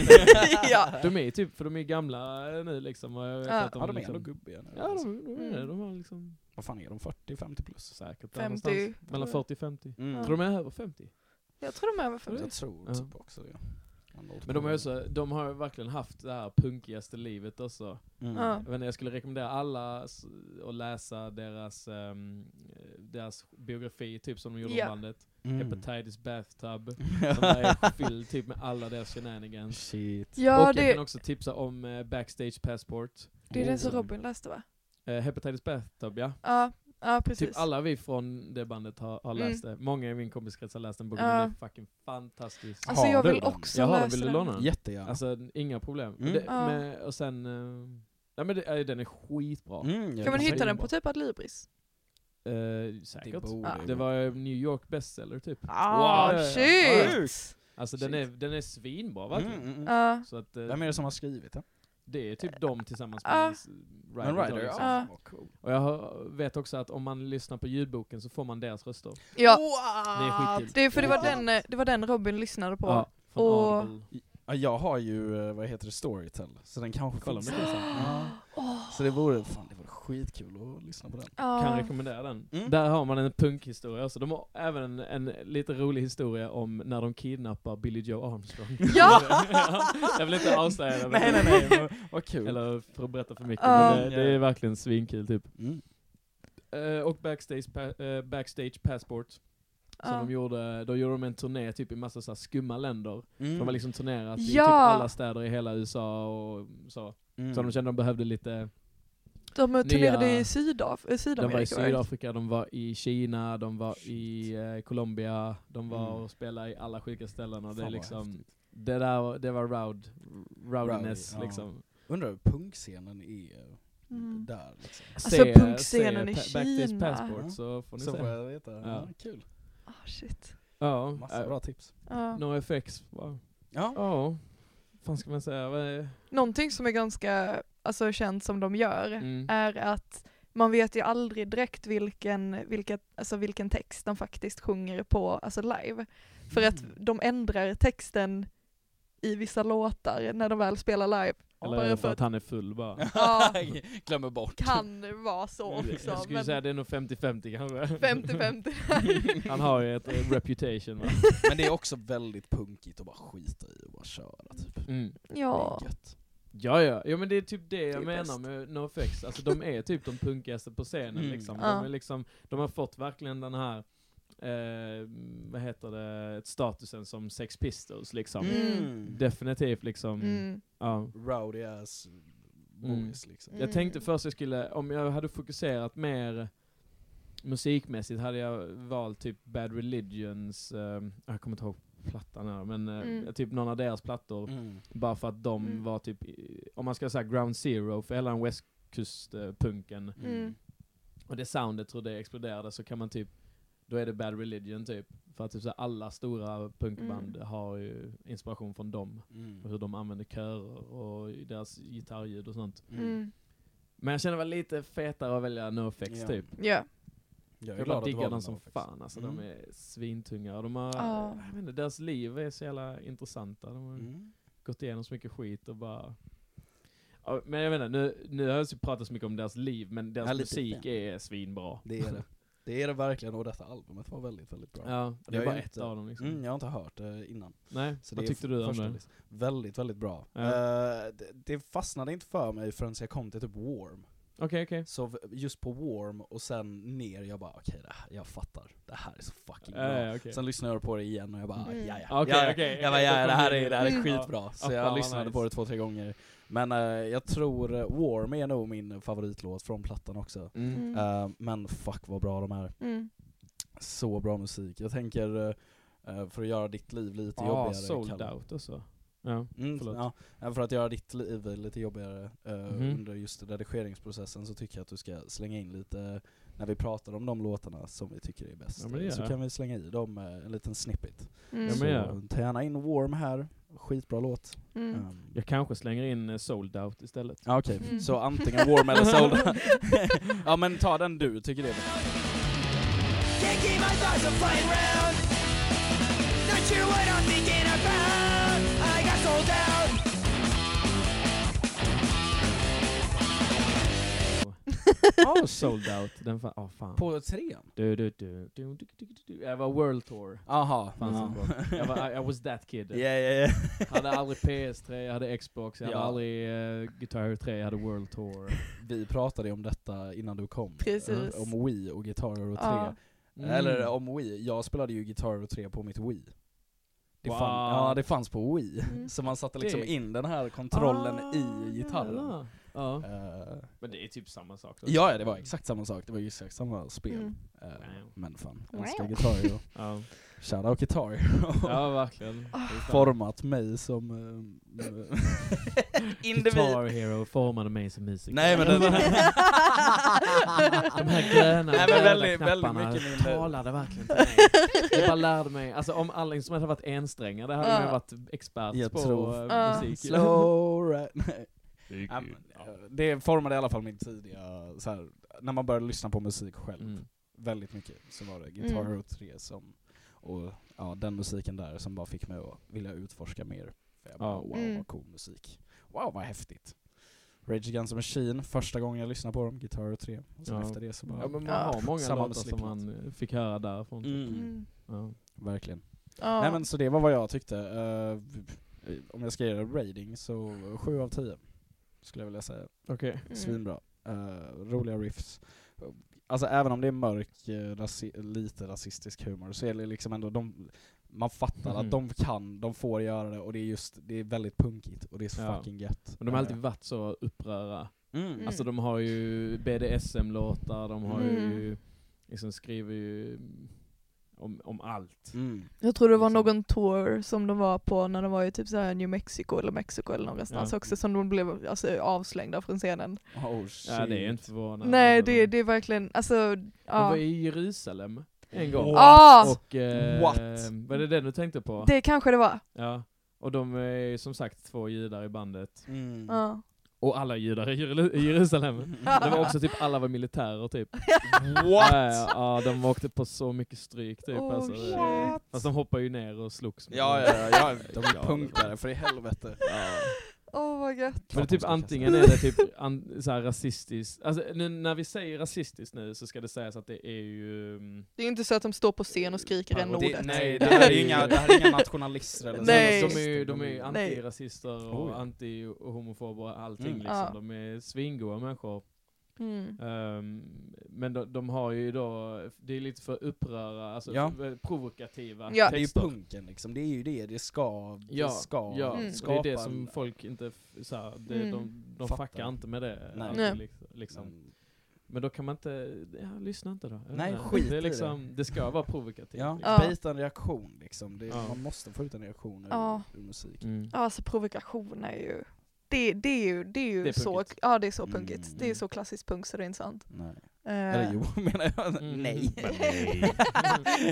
ja. De är ju typ, för de är ju gamla eh, nu liksom och jag vet Ja. att de, Ja, de är liksom, ändå gubbiga nu. alltså. Ja, de, de, är det. Mm. de har liksom Vad fan är de, 40-50 plus? Mm. säkert 50, där någonstans. Mellan tror jag. 40 och 50. Ja. Tror de är över 50? Jag tror de är över 50. Jag tror Ja. typ också det. Andra åt Men de har, ju mig. så, de har ju verkligen haft det här punkigaste livet också. Mm. Ja. Jag, vet inte, jag skulle rekommendera alla s- att läsa deras, ehm, deras biografi, typ som de gjorde Ja. om bandet. Mm. Hepatitis Bathtub, som är fylld typ med alla deras shenanigans. Shit. Ja, och jag kan det, också tipsa om eh, Backstage Passport. det är den som Oh. Robin läste va? Eh, Hepatitis Bathtub, ja. Ja, ja precis. Mm. Typ alla vi från det bandet har, har läst det. Många i min kompiskrets har läst den boken, Ja. den är fucking fantastisk. alltså Har jag du vill den? också Jaha, läsa vill du den. låna den? Jättegärna. Alltså inga problem. Mm. Det, Ja. men, och sen, eh, ja men det, eh, den är skitbra. Mm, jag Kan man kan hitta tänka den mig. på typ Adlibris? Eh, Det säkert. Typ borde Ja. ju Det vara- var eh, New York bestseller typ. Ah, Ja, ja, ja. shit! Alltså den är, den är svinbra verkligen. Mm, mm, mm. Ja, Så att eh, Vem är det som har skrivit den? det är typ de tillsammans med Ja. s- Ryder. Men Ryder, då, liksom. ja. Vad cool. Och jag har, vet också att om man lyssnar på ljudboken så får man deras röster. ja. Det är skitkul. Det, är för det var, den, eh, det var den Robin lyssnade på. Ja, från Och- Audible. Ja, jag har ju, eh, vad heter det, Storytel, så den kanske Kolla om finns det där. finns en. Ja. Så det vore, fan det vore skitkul att lyssna på den. Kan Ja, rekommendera den. Mm. Där har man en punkhistoria också. De har även en, en lite rolig historia om när de kidnappar Billy Joe Armstrong. Ja! jag vill inte avslöja det. nej, nej, nej, men vad kul. Eller för att berätta för mycket. Ja. Men det, det är verkligen svinkul typ. Mm. Eh, och backstage, pa- eh, backstage passport. Som ja. de gjorde, då gjorde de en turné typ i massa så här skumma länder. Mm. De har liksom turnerat i Ja. typ alla städer i hela USA och så. Mm. Så de kände att de behövde lite, De turnerade Nya- i Sydaf eh, de var i Sydamerika. va? Sydafrika, de var i Kina, de var i eh, Colombia, de var Mm. och spelade i alla sjuka ställen Fan, och det är vad liksom, häftigt. det där var- det var roud, rowdiness Rowdy, ja. liksom. Undrar hur punkscenen är Mm. där liksom. Alltså, Se- punkscenen se i Pa- Backstage Kina. passport Ja. så får ni Så se. får jag veta. Ja. Ja. Kul. Ah, shit. Ja, Massa eh, bra tips. Ja. no effects. Wow. Ja. Ja, fan ska man säga? Vad är- Någonting som är ganska alltså, känt som de gör Mm. är att man vet ju aldrig direkt vilken, vilka, alltså, vilken text de faktiskt sjunger på alltså live. För att Mm. de ändrar texten i vissa låtar när de väl spelar live. Eller bara för för att han är full bara. Ja. Glömmer bort. Kan det vara så också. Jag liksom. skulle men säga det är nog 50-50 kanske. 50-50. Han har ju ett eh, reputation va. Men det är också väldigt punkigt att bara skita i och bara köra typ. Mm. ja. Det är gött. Ja, ja. ja, men det är typ det jag är menar bäst. med NoFX. Alltså de är typ de punkigaste på scenen Mm. liksom. Ja. De, är liksom. de har fått verkligen den här, eh, vad heter det, statusen som Sex Pistols liksom. Mm. Definitivt liksom, Mm. ja. Rowdy ass boys liksom. Mm. Jag tänkte först jag skulle, om jag hade fokuserat mer musikmässigt hade jag valt typ Bad Religions, eh, jag kommer inte ihåg plattan här, men eh, Mm. typ någon av deras plattor. Mm. Bara för att de Mm. var typ, i- om man ska säga ground zero för hela den västkustpunken. Mm. Och det soundet tror det exploderade så kan man typ, då är det Bad Religion typ. För att typ så här, alla stora punkband Mm. har ju inspiration från dem. Mm. Och hur de använder körer och deras gitarrljud och sånt. Mm. Men jag känner väl lite fetare att välja NoFX Ja. typ. Ja. Jag är Jag glad bara att du diggar valde dem som NoFX. fan alltså, Mm. de är svintunga och de har, Ja. jag vet inte, deras liv är så jävla intressanta. De har Mm. gått igenom så mycket skit och bara... Ja, Men jag vet inte, nu, nu har jag ju pratat så mycket om deras liv, men deras Ja, lite musik är svinbra. Det är det. Det är det verkligen och detta albumet var väldigt, väldigt bra. Ja, Jag det är är bara inte- ett av dem liksom. Mm, jag har inte hört det innan. Nej, Så vad det är tyckte f- du om första det? list- Väldigt, väldigt bra. Ja. Eh, det, det fastnade inte för mig förrän jag kom till typ Warm. Okej, okej. Så v- just på Warm och sen ner, jag bara okej, det här- jag fattar. Det här är så fucking bra. Ja, ja, okej. Sen lyssnade jag på det igen och jag bara Mm. ja ja. Okej, ja, ja. okej. Jag bara ja, ja, det här är, det här är Mm. skitbra. Ah, Så fan, vad jag lyssnade på nice. det två, tre gånger. Men eh, jag tror eh, Warm är nog min favoritlåt från plattan också. Mm. Mm. Eh, men fuck vad bra de är. Mm. Så bra musik. Jag tänker, eh, för att göra ditt liv lite Ja, jobbigare. Ah, sold Kalle. out också. Ja. Mm, Förlåt. ja, Eh, för att göra ditt liv lite jobbigare eh, Mhm. under just redigeringsprocessen så tycker jag att du ska slänga in lite, när vi pratar om de låtarna som vi tycker är bäst, Ja, men det eh, gör så jag. kan vi slänga i dem eh, en liten snippet. Mm. Ja, men gör Så ta gärna in Warm här, skitbra låt. Mm. Um, Jag kanske slänger in eh, sold out istället. Ja okej, Mm. så antingen Warm eller Sold. ja men ta den du tycker det är bäst. Can't keep my thoughts from flying round. Not sure what I'm thinking about. I got sold out. Oh, sold out. Den fan, oh, fan. På trean? Du, du, du, du, du, du, du, du. Jag var world tour. Aha. Fanns ja. inte på. Jag var, I, I was that kid. Ja, ja, ja. hade aldrig PS3, jag hade Xbox, jag Ja. hade aldrig eh, Guitar 3, jag hade World Tour. Vi pratade ju om detta innan du kom. Precis. Eh, Om Wii och Guitar Hero 3. Ja. Mm. Eller om Wii, jag spelade ju Guitar Hero 3 på mitt Wii. Det, Wow. fann, ja, det fanns på Wii. Mm. Ah, Så man satte liksom Det- in den här kontrollen i gitarren. Ah, jävlar. Ja. Eh, Men det är typ samma sak. då. ja, ja, det var exakt samma sak. Det var ju exakt samma spel. Mm. Eh, Wow. men fan, Wow. älskar Guitar Hero. Ja, Shoutout Guitar Hero. ja verkligen. Ah. Det är sant. Format mig som... eh, eh, Guitar Hero formade mig som musiker. Nej men den... De här gröna Nej, men röda väldigt- väldigt knapparna mycket mindre. talade verkligen till mig. Jag bara lärde mig, alltså om alla instrument hade varit ensträngade hade Ja. man varit expert Jag på tror- eh, Ja. musik. Slow right... Nej. Det Ja, men, eh, Det formade i alla fall min tidiga, så här, när man började lyssna på musik själv. Mm. väldigt mycket så var det Guitar Mm. Hero 3 som, och ja, den musiken där som bara fick mig att vilja utforska mer. För jag bara, Ja. wow Mm. vad cool musik. Wow vad häftigt. Rage Against the Machine, första gången jag lyssnade på dem, Guitar 3. Och sen Ja. efter det så bara... Ja, men man Ja. har många Samma med låtar som Slipknot. man eh, fick höra därifrån. typ. Mm. Mm. Ja. Verkligen. Ja. Nej men så det var vad jag tyckte. Eh, om jag ska ge det en rating så 7 av 10. Skulle jag vilja säga. Okej. Mm. Svinbra. Eh, roliga riffs. Alltså även om det är mörk, eh, rasi- lite rasistisk humor så är det liksom ändå de, man fattar Mhm. att de kan, de får göra det och det är just, det är väldigt punkigt och det är så Ja. fucking gött. Men de har Eh, alltid varit så uppröra. mm. Mm. Alltså de har ju BDSM-låtar, de har ju, Mm. liksom skriver ju om, om allt. Mm. Jag tror det var Liksom. någon tour som de var på när de var i typ så här New Mexico eller Mexico eller någonstans Ja. också som de blev alltså, avslängda från scenen. Oh shit. Ja, det är inte förvånande. Nej det, det är verkligen, alltså De var ja. i Jerusalem en gång. What? Ah! Och, eh, What? Var det det du tänkte på? Det kanske det var. Ja. Och de är ju som sagt två judar i bandet. Mm. Ja. Och alla judar i Jeru- i Jerusalem. Det var också typ, alla var militärer typ. What? Ja, ja, ja, de åkte på så mycket stryk typ. Oh, alltså, shit. Det- Fast de hoppade ju ner och slogs. med- Ja, ja, ja, de Ja, är punkare för i helvete. ja. Oh vad gött. Men det är typ antingen är det typ an, så här rasistiskt, alltså nu när vi säger rasistiskt nu så ska det sägas att det är ju... mm, Det är inte så att de står på scen och skriker en Parodi- ordet. nej, det här är inga, det här är inga nationalister eller så. Nej. De är ju, de är ju antirasister Oj. och anti-homofober och allting Mm. liksom. Ja. De är svingoa människor. Mm. Ehm, men de, de har ju då, det är lite för uppröra, alltså Ja. för- provokativa Ja. Det är ju texter. punken liksom, det är ju det, det ska, det Ja, ska ja, Mm. och det skapa är det en- som folk inte, f- så här, det, Mm. de, de Fattar. fuckar inte med det. Nej. aldrig, Nej. Liksom, liksom. Men då kan man inte, ja, lyssna inte då. Nej, Ja, skit i det. det. Är liksom, det ska vara provokativt. Ja, Liksom. Ja. typ bita en reaktion liksom, det, Ja. man måste få ut en reaktion ur, Ja. ur musik. Mm. Ja, alltså provokation är ju, det, det är ju, det är ju Det är så, punkigt. ja det är så Mm, punkigt. Det är mm. så klassiskt punk så det är inte sant. Nej. Eh, Eller jo, menar jag. Mm. Nej. Men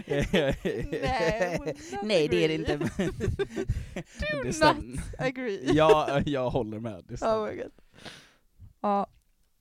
Nej, would not Nej, det är det inte. agree. Do not. Agree. Ja, jag håller med. Det Oh stämmer. my god. Ja.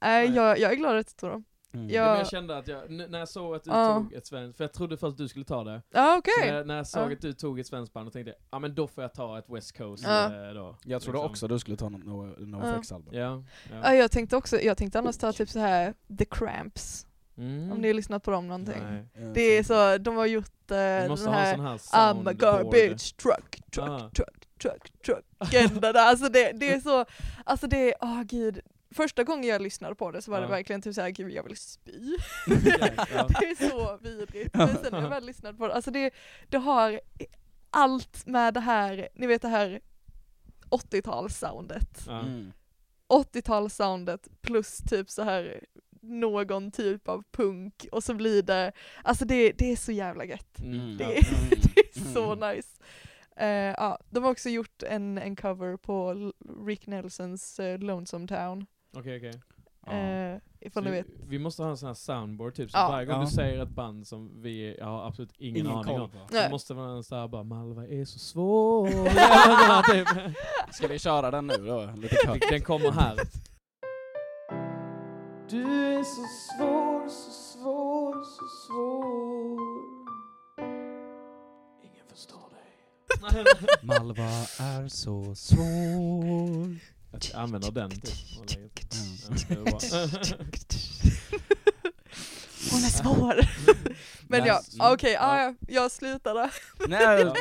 Nej, jag, jag är glad att du tog dem. Mm. Ja. Ja, men jag kände att jag, n- när jag såg att du Ja. tog ett svenskt, för jag trodde först att du skulle ta det. Ja, Så okej. när, jag- när jag såg Ja. att du tog ett svenskt band, då tänkte jag, ja men då får jag ta ett West Coast Ja. eh, då. Jag trodde Liksom. också du skulle ta något No- NoFX-album. Ja. ja. Ja, jag tänkte också, jag tänkte annars ta typ så här The Cramps. Mm. Om ni har lyssnat på dem någonting. Nej. Det är så, de har gjort eh, Vi måste den ha en här sån här I'm a soundboard. garbage truck, truck, Ah. truck, truck, truck. Gända där. Alltså det, det är så, alltså det är, åh gud. Första gången jag lyssnade på det så var det Ja. verkligen typ såhär, gud jag vill spy. Ah. Ja. Det är så vidrigt. Men sen när jag väl lyssnade på det, alltså det, det har allt med det här, ni vet det här 80-talssoundet. Ja. Mm. 80-talssoundet plus typ så här någon typ av punk och så blir det, alltså det, det är så jävla gött. Mm. Det Ja. är, det är så Mm. nice. Eh, ja, de har också gjort en, en cover på L- Rick Nelsons eh, Lonesome Town. Okej, okej. Ja. Eh, Så ifall ni vet. vi- Vi måste ha en sån här soundboard typ, så Ja. varje gång du Ja. säger ett band som vi har absolut ingen, Ingen aning koll om, på. så Nej. måste man såhär bara 'Malva är så svår' Ja, typ. Ska vi köra den nu då? Lite cut. Den kommer här. Du är så svår, så svår, så svår Ingen förstår dig Malva är så svår. Att jag använder den typ. och lägger- Ja, det är bra. Hon är svår! Men ja, Nice. okej, ja, Ja. ja, jag slutar där. Nej,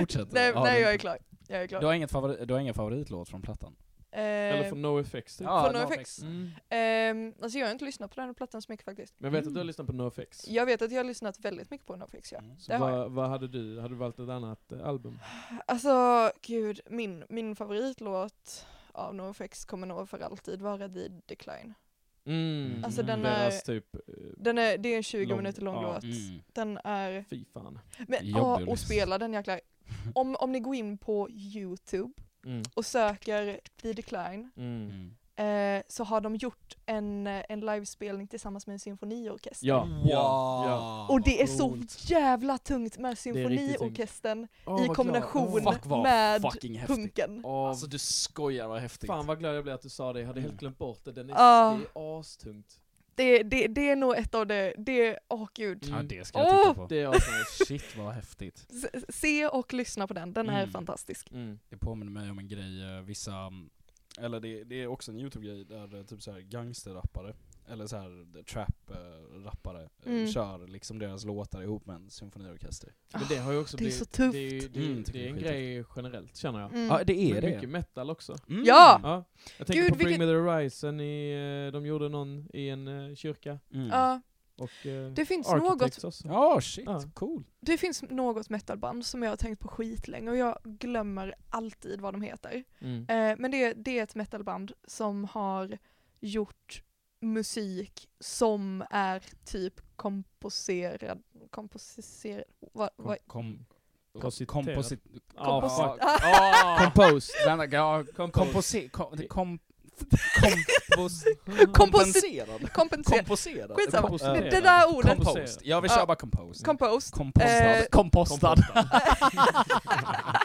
fortsätt. Nej, Ja, nej du- jag är klar. Jag är klar. Du har, inget favori, du har ingen favoritlåt från plattan? Eh, Eller för No Effects typ. Ja. NoFX. Mm. ehm, alltså jag har inte lyssnat på den här plattan så mycket faktiskt. Men jag vet att du har lyssnat på No Effects. Jag vet att jag har lyssnat väldigt mycket på Nofix ja. Så det har vad, vad hade du? Hade du valt ett annat eh, album? Alltså gud, min, min favoritlåt av NoFX kommer nog för alltid vara The Decline. Mm. Alltså, den är- Deras typ, eh, Den är, det är en 20 Lång- minuter lång ja, mm. låt. Den är, fy fan. men Jobbig ja, att och lyssna. spela den jäklar. Om, om ni går in på Youtube Mm. och söker The Decline Mm. eh, så har de gjort en, eh, en livespelning tillsammans med en symfoniorkester. Ja. ja, ja. Och det är så jävla tungt med riktigt tungt. symfoniorkestern Åh, i vad kombination glad- Fuck vad med fucking häftigt. punken. Åh, Alltså du skojar vad häftigt. Fan vad Mm. glad jag blev att du sa det, jag hade helt glömt bort det. Den är, Ah. det är astungt. Det, det, det är nog ett av det, det, åh gud. Ja Mm. det ska jag titta på. Det är asnice. Shit vad häftigt. S- Se och lyssna på den, den är Mm. fantastisk. Mm. Det påminner mig om en grej, eh, vissa mm, eller det, det är också en youtube-grej där eh, typ såhär gangsterrappare, eller såhär trap-rappare, Mm. eh, kör liksom deras låtar ihop med en symfoniorkester. Men det har ju också det är blivit, så tufft. Det är, ju- det, är- Mm, tycker det är en jag är grej generellt känner jag. Mm. det Men mycket metal också. Mm. Ja! Ja. Jag tänker Gud, på Bring vilket- Me The Horizon, i, eh, de gjorde någon i en eh, kyrka. Mm. Ja, Och eh, det finns något Architects också. Ja, shit, Ja. cool. Det finns något metalband som jag har tänkt på skitlänge och jag glömmer alltid vad de heter. Mm. Eh, men det, det är ett metalband som har gjort musik som är typ komposerad, komposerad, vad, vad, Kom, Kompositerad. komposit... Ja, Komposit- fuck. Ah. Composed. Vänta, ja, Composed. komposi... Kom, kom, kompos, kompenserad. kompenserad, Komposerad. Skitsamma. Kom- det, Komposerad. det där ordet, Composed. Ja, vi kör Ja. bara composed. composed, Kompostad. Eh, Kompostad.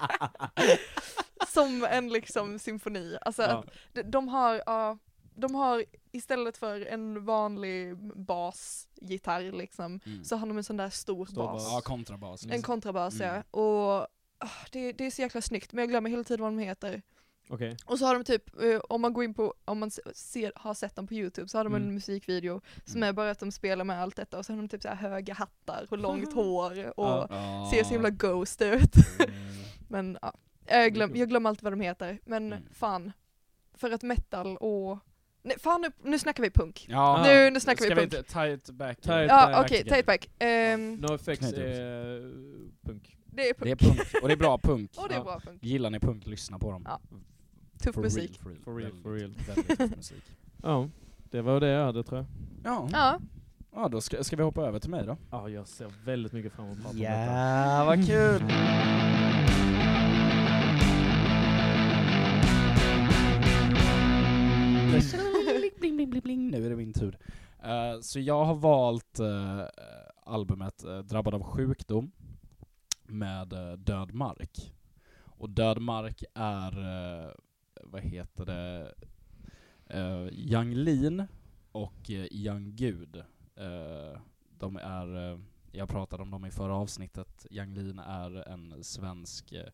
som en liksom symfoni. Alltså Ja. att de, de har, ja, de har istället för en vanlig basgitarr liksom, Mm. så har de en sån där stor, Stor bas. bas. Ja, kontrabas. En kontrabas Mm. ja. Och ah, det, det är så jäkla snyggt men jag glömmer hela tiden vad de heter. Okej. Och så har de typ, eh, om man går in på, om man se- ser, har sett dem på youtube så har de en Mm. musikvideo som Mm. är bara att de spelar med allt detta och så har de typ så här höga hattar och långt hår och Ja. Ja. Mm. ser så himla ghost ut. Men ja, jag, glöm, jag glömmer alltid vad de heter men Mm. fan. För att metal och, nej fan nu, nu snackar vi punk. Ah, Ja. Nu, nu snackar vi Ska vi punk. inte tie it back? Tie it- Ja back okej, together. take it back. Ehm, No effects Knyter ihop är punk. det är Det är punk. punk, och det är bra punk. Och det är Ja. bra punk. Gillar ni punk, lyssna på dem. Ja. Tuff For musik. Real, for real, For real, for Väldigt- real. Väldigt tuff musik. Ja, det var det jag hade tror jag. Ja. Ja. ja, då ska, ska vi hoppa över till mig då. Ja, jag ser väldigt mycket fram emot att prata om detta. Ah, Ja, Ah, vad kul! bling, bling, bling, bling. Nu är det min tur. Eh, så jag har valt eh, albumet eh, Drabbad av sjukdom med eh, Död mark. Och Död mark är, eh, vad heter det, eh, Yang Lin och eh, Yang Gud. Eh, de är eh, jag pratade om dem i förra avsnittet. Yang Lin är en svensk, eh,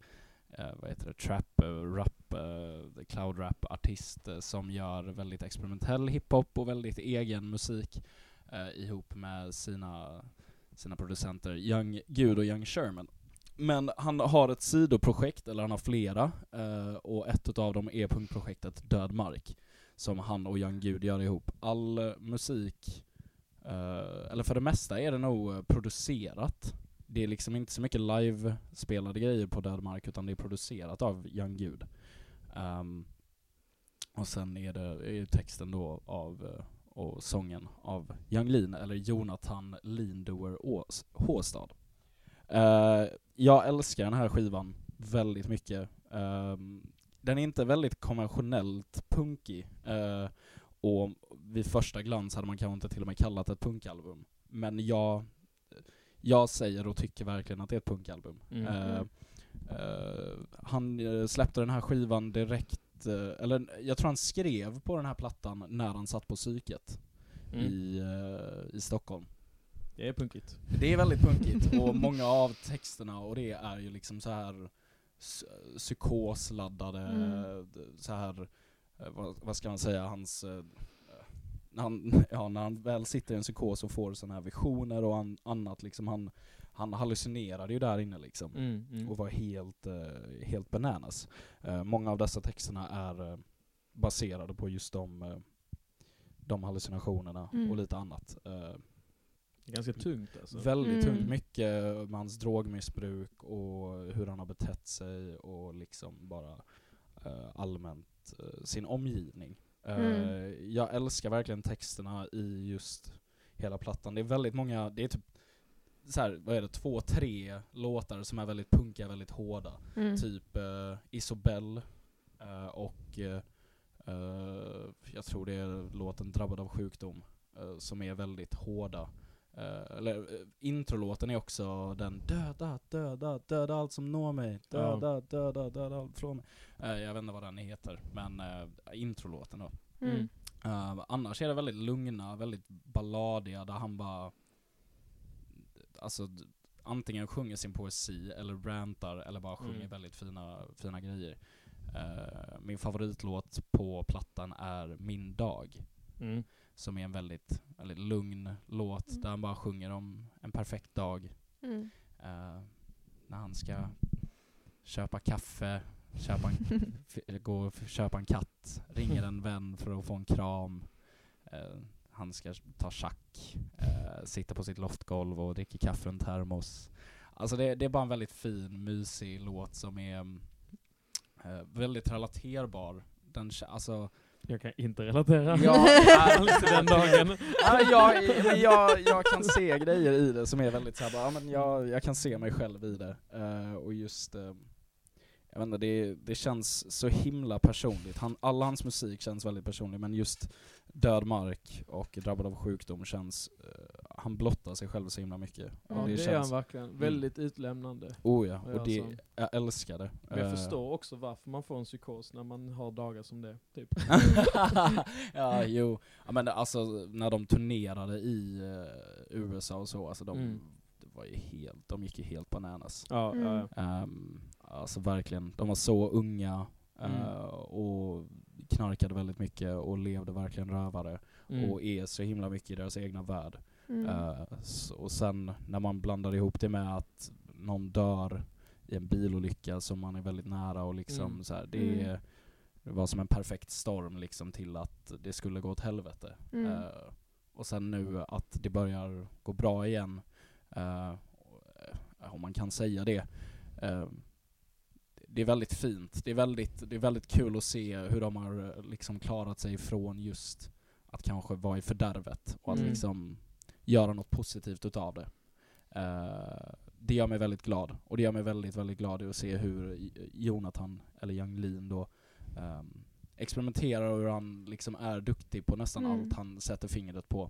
eh, vad heter det, trap, eh, rap, eh, cloud rap artist eh, som gör väldigt experimentell hiphop och väldigt egen musik eh, ihop med sina, sina producenter Young Gud och Young Sherman. Men han har ett sidoprojekt, eller han har flera, eh, och ett utav dem är punkprojektet Död mark, som han och Young Gud gör ihop. All eh, musik Eh, eller för det mesta är det nog eh, producerat. Det är liksom inte så mycket live-spelade grejer på Dead Mark utan det är producerat av Young Gud. Ehm, och sen är det är ju texten då av eh, och sången av Young Lin, eller Jonathan Lindower Ås- Håstad. Eh, jag älskar den här skivan väldigt mycket. Ehm, den är inte väldigt konventionellt punkig. eh, och vid första glans hade man kanske inte till och med kallat det ett punkalbum. Men jag, jag säger och tycker verkligen att det är ett punkalbum. Mm. Eh, Mm. eh, han eh, släppte den här skivan direkt, eh, eller jag tror han skrev på den här plattan när han satt på psyket Mm. i, eh, i Stockholm. Det är punkigt. Det är väldigt punkigt och många av texterna och det är ju liksom så här s- psykosladdade, Mm. d- så här eh, vad, vad ska man säga, hans eh, när han, ja, när han väl sitter i en psykos och får sådana här visioner och an, annat liksom, han, han hallucinerade ju där inne liksom Mm, mm. och var helt, eh, helt bananas. Eh, många av dessa texterna är eh, baserade på just de, eh, de hallucinationerna Mm. och lite annat. Eh, Det är ganska tungt alltså. Väldigt Mm. tungt, mycket om hans drogmissbruk och hur han har betett sig och liksom bara eh, allmänt eh, sin omgivning. Eh, Mm. Jag älskar verkligen texterna i just hela plattan. Det är väldigt många, det är typ så här, vad är det, två, tre låtar som är väldigt punkiga, väldigt hårda. Mm. Typ eh, Isobel eh, och eh, eh, jag tror det är låten Drabbad av sjukdom eh, som är väldigt hårda. Eh, eller eh, introlåten är också den döda, döda, döda allt som når mig. Döda, döda, döda allt från mig. Eh, jag vet inte vad den heter, men eh, introlåten då. Mm. Eh, annars är det väldigt lugna, väldigt balladiga där han bara Alltså d- antingen sjunger sin poesi eller rantar eller bara sjunger Mm. väldigt fina, fina grejer. Eh, min favoritlåt på plattan är Min dag. Mm. som är en väldigt, väldigt lugn låt Mm. där han bara sjunger om en perfekt dag. Mm. eh, när han ska köpa kaffe, köpa en, f- eller gå och f- köpa en katt, ringer en vän för att få en kram. eh, han ska ta schack, eh, sitta på sitt loftgolv och dricka kaffe ur en termos. Alltså det, det är bara en väldigt fin, mysig låt som är mm, eh, väldigt relaterbar. Den, kä- alltså, Jag kan inte relatera. Ja, alls till den dagen. Ja, jag, men jag, jag kan se grejer i det som är väldigt såhär, ja, men jag, jag kan se mig själv i det. Eh, och just, eh, jag vet inte, det, det känns så himla personligt. Han, all hans musik känns väldigt personlig, men just Död mark och Drabbad av sjukdom känns, eh, han blottar sig själv så himla mycket. Ja, och det, känns, är han Mm. verkligen. Väldigt utlämnande. Oh ja, Ja, och det, alltså. jag älskar det. Men jag Eh, förstår också varför man får en psykos när man har dagar som det. Typ. ja, jo. Ja, men det- alltså när de turnerade i eh, USA och så, alltså de, Mm. det var ju helt, de gick ju helt bananas. Ja, Mm. ja, ja. Um, alltså verkligen, de var så unga eh, Mm. och knarkade väldigt mycket och levde verkligen rövare Mm. och är så himla mycket i deras egna värld. Mm. Eh, s- och sen när man blandar ihop det med att någon dör i en bilolycka som man är väldigt nära och liksom Mm. så här, det, Mm. det var som en perfekt storm liksom till att det skulle gå åt helvete. Mm. Eh, och sen nu att det börjar gå bra igen, eh, och, eh, om man kan säga det. eh, det är väldigt fint. Det är väldigt, det är väldigt kul att se hur de har eh, liksom klarat sig från just att kanske vara i fördärvet och att Mm. liksom göra något positivt utav det. Eh, det gör mig väldigt glad. Och det gör mig väldigt, väldigt glad att se hur J- Jonathan, eller Yang Lin då, ehm, experimenterar och hur han liksom är duktig på nästan Mm. allt han sätter fingret på.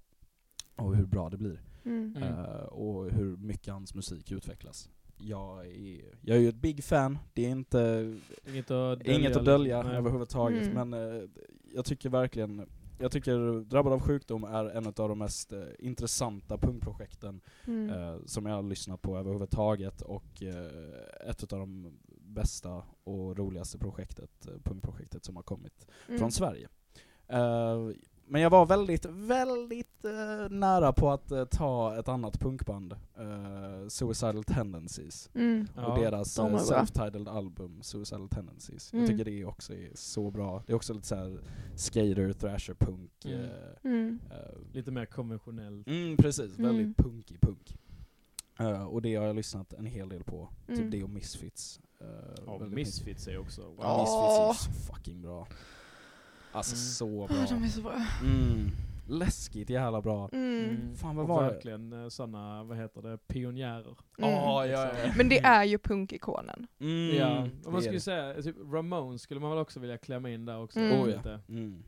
Och hur bra det blir. Mm. Mm. Eh, och hur mycket hans musik utvecklas. Jag är, jag är ju ett big fan, det är inte Mm. Inget att dölja. Inget att dölja liksom. Nej. överhuvudtaget, Mm. men eh, jag tycker verkligen jag tycker Drabbad av sjukdom är en av de mest eh, intressanta punkprojekten Mm. eh, som jag har lyssnat på överhuvudtaget och eh, ett av de bästa och roligaste projektet, eh, punkprojektet som har kommit Mm. från Sverige. Eh, men jag var väldigt, väldigt eh, nära på att eh, ta ett annat punkband, eh, Suicidal Tendencies Mm. Ja. och deras De är eh, bra. self-titled album Suicidal Tendencies. Mm. Jag tycker det också är så bra. Det är också lite såhär skater, thrasher, punk. Mm. Mm, Mm. Lite mer konventionellt. mm precis. Mm. Väldigt punkig punk. Eh, och det har jag lyssnat en hel del på. Mm. Typ det och Misfits. Uh, Ja, Misfits är också... Wow. Ja, Åh. Misfits är så fucking bra. Alltså Mm. så Ah, de bra. är så bra. Mm. Läskigt jävla bra. Mm. Mm. Fan, vad och var det? verkligen eh, sådana, vad heter det, pionjärer. Mm. Ah, ja, ja. Liksom. Men det är ju punkikonen. Mm. Ja, det om man är skulle det. säga, typ Ramones skulle man väl också vilja klämma in där också. Mm. Oh, ja. Lite. Mm.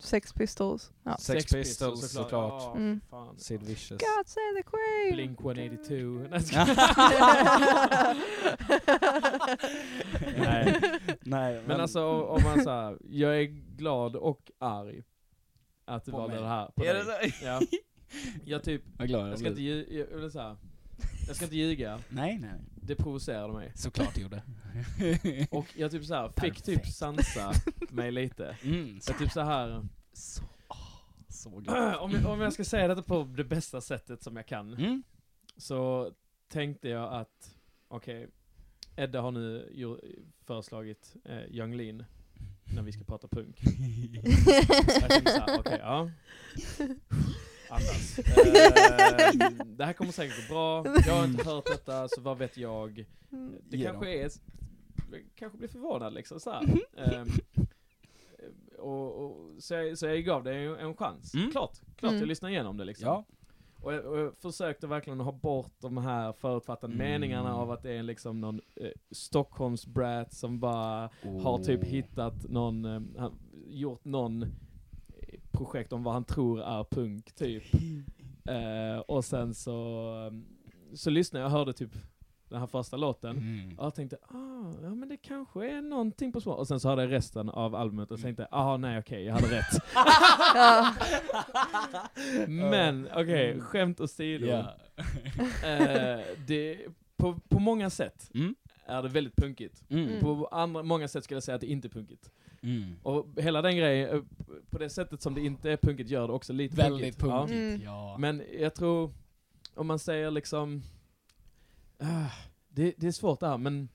Sex Pistols. Ja. Sex Pistols, såklart. Ja, Mm. fan. Sid Vicious. God save the Queen! Blink 182. Nej, jag skojar. Nej. Nej. Nej, Men alltså o- om man såhär, jag är glad och arg att du På valde mig. det här på Är dig. det så? Ja. Jag typ, Vad glad jag jag blir. ska inte ljuga, jag, eller så här, jag ska inte ljuga, Nej, nej. det provocerade mig. Såklart det gjorde. Och jag typ så här, fick typ Perfekt. sansa mig lite. mm, så, Jag typ så här så, åh, så glad. om, jag- om jag ska säga detta på det bästa sättet som jag kan. Mm. Så tänkte jag att, okej, Edda har nu gjort, föreslagit eh, Yung Lean när vi ska prata punk. jag tänkte såhär, okej, ja. Andas. Eh, det här kommer säkert gå bra, jag har inte hört detta, så vad vet jag? Det Ge kanske dem. är, jag kanske blir förvånad liksom såhär. Ehm, och, och, så, jag, så jag gav det en, en chans. Mm. Klart, klart Mm. jag lyssnade igenom det liksom. Ja. Och jag, och jag försökte verkligen ha bort de här förutfattade Mm. meningarna av att det är liksom någon eh, Stockholmsbrat som bara har typ hittat någon, eh, han, gjort någon eh, projekt om vad han tror är punk typ. Eh, och sen så, eh, så lyssnade jag och hörde typ den här första låten. Mm. Och jag tänkte, ah, ja men det kanske är någonting på spår. Och sen så hörde jag resten av albumet Mm. och tänkte, ah nej okej, jag hade rätt. Ja. Men okej, Mm. skämt åsido. Ja. Eh, det, på, på många sätt Mm. eh, är det väldigt punkigt. Mm. Mm. På andra, många sätt skulle jag säga att det inte är punkigt. Mm. Och hela den grejen, eh, på det sättet som det inte är punkigt gör det också lite Väldigt punkigt. Ja. punkigt, Mm. ja. Men jag tror, om man säger liksom, ah, det, det är svårt det här, men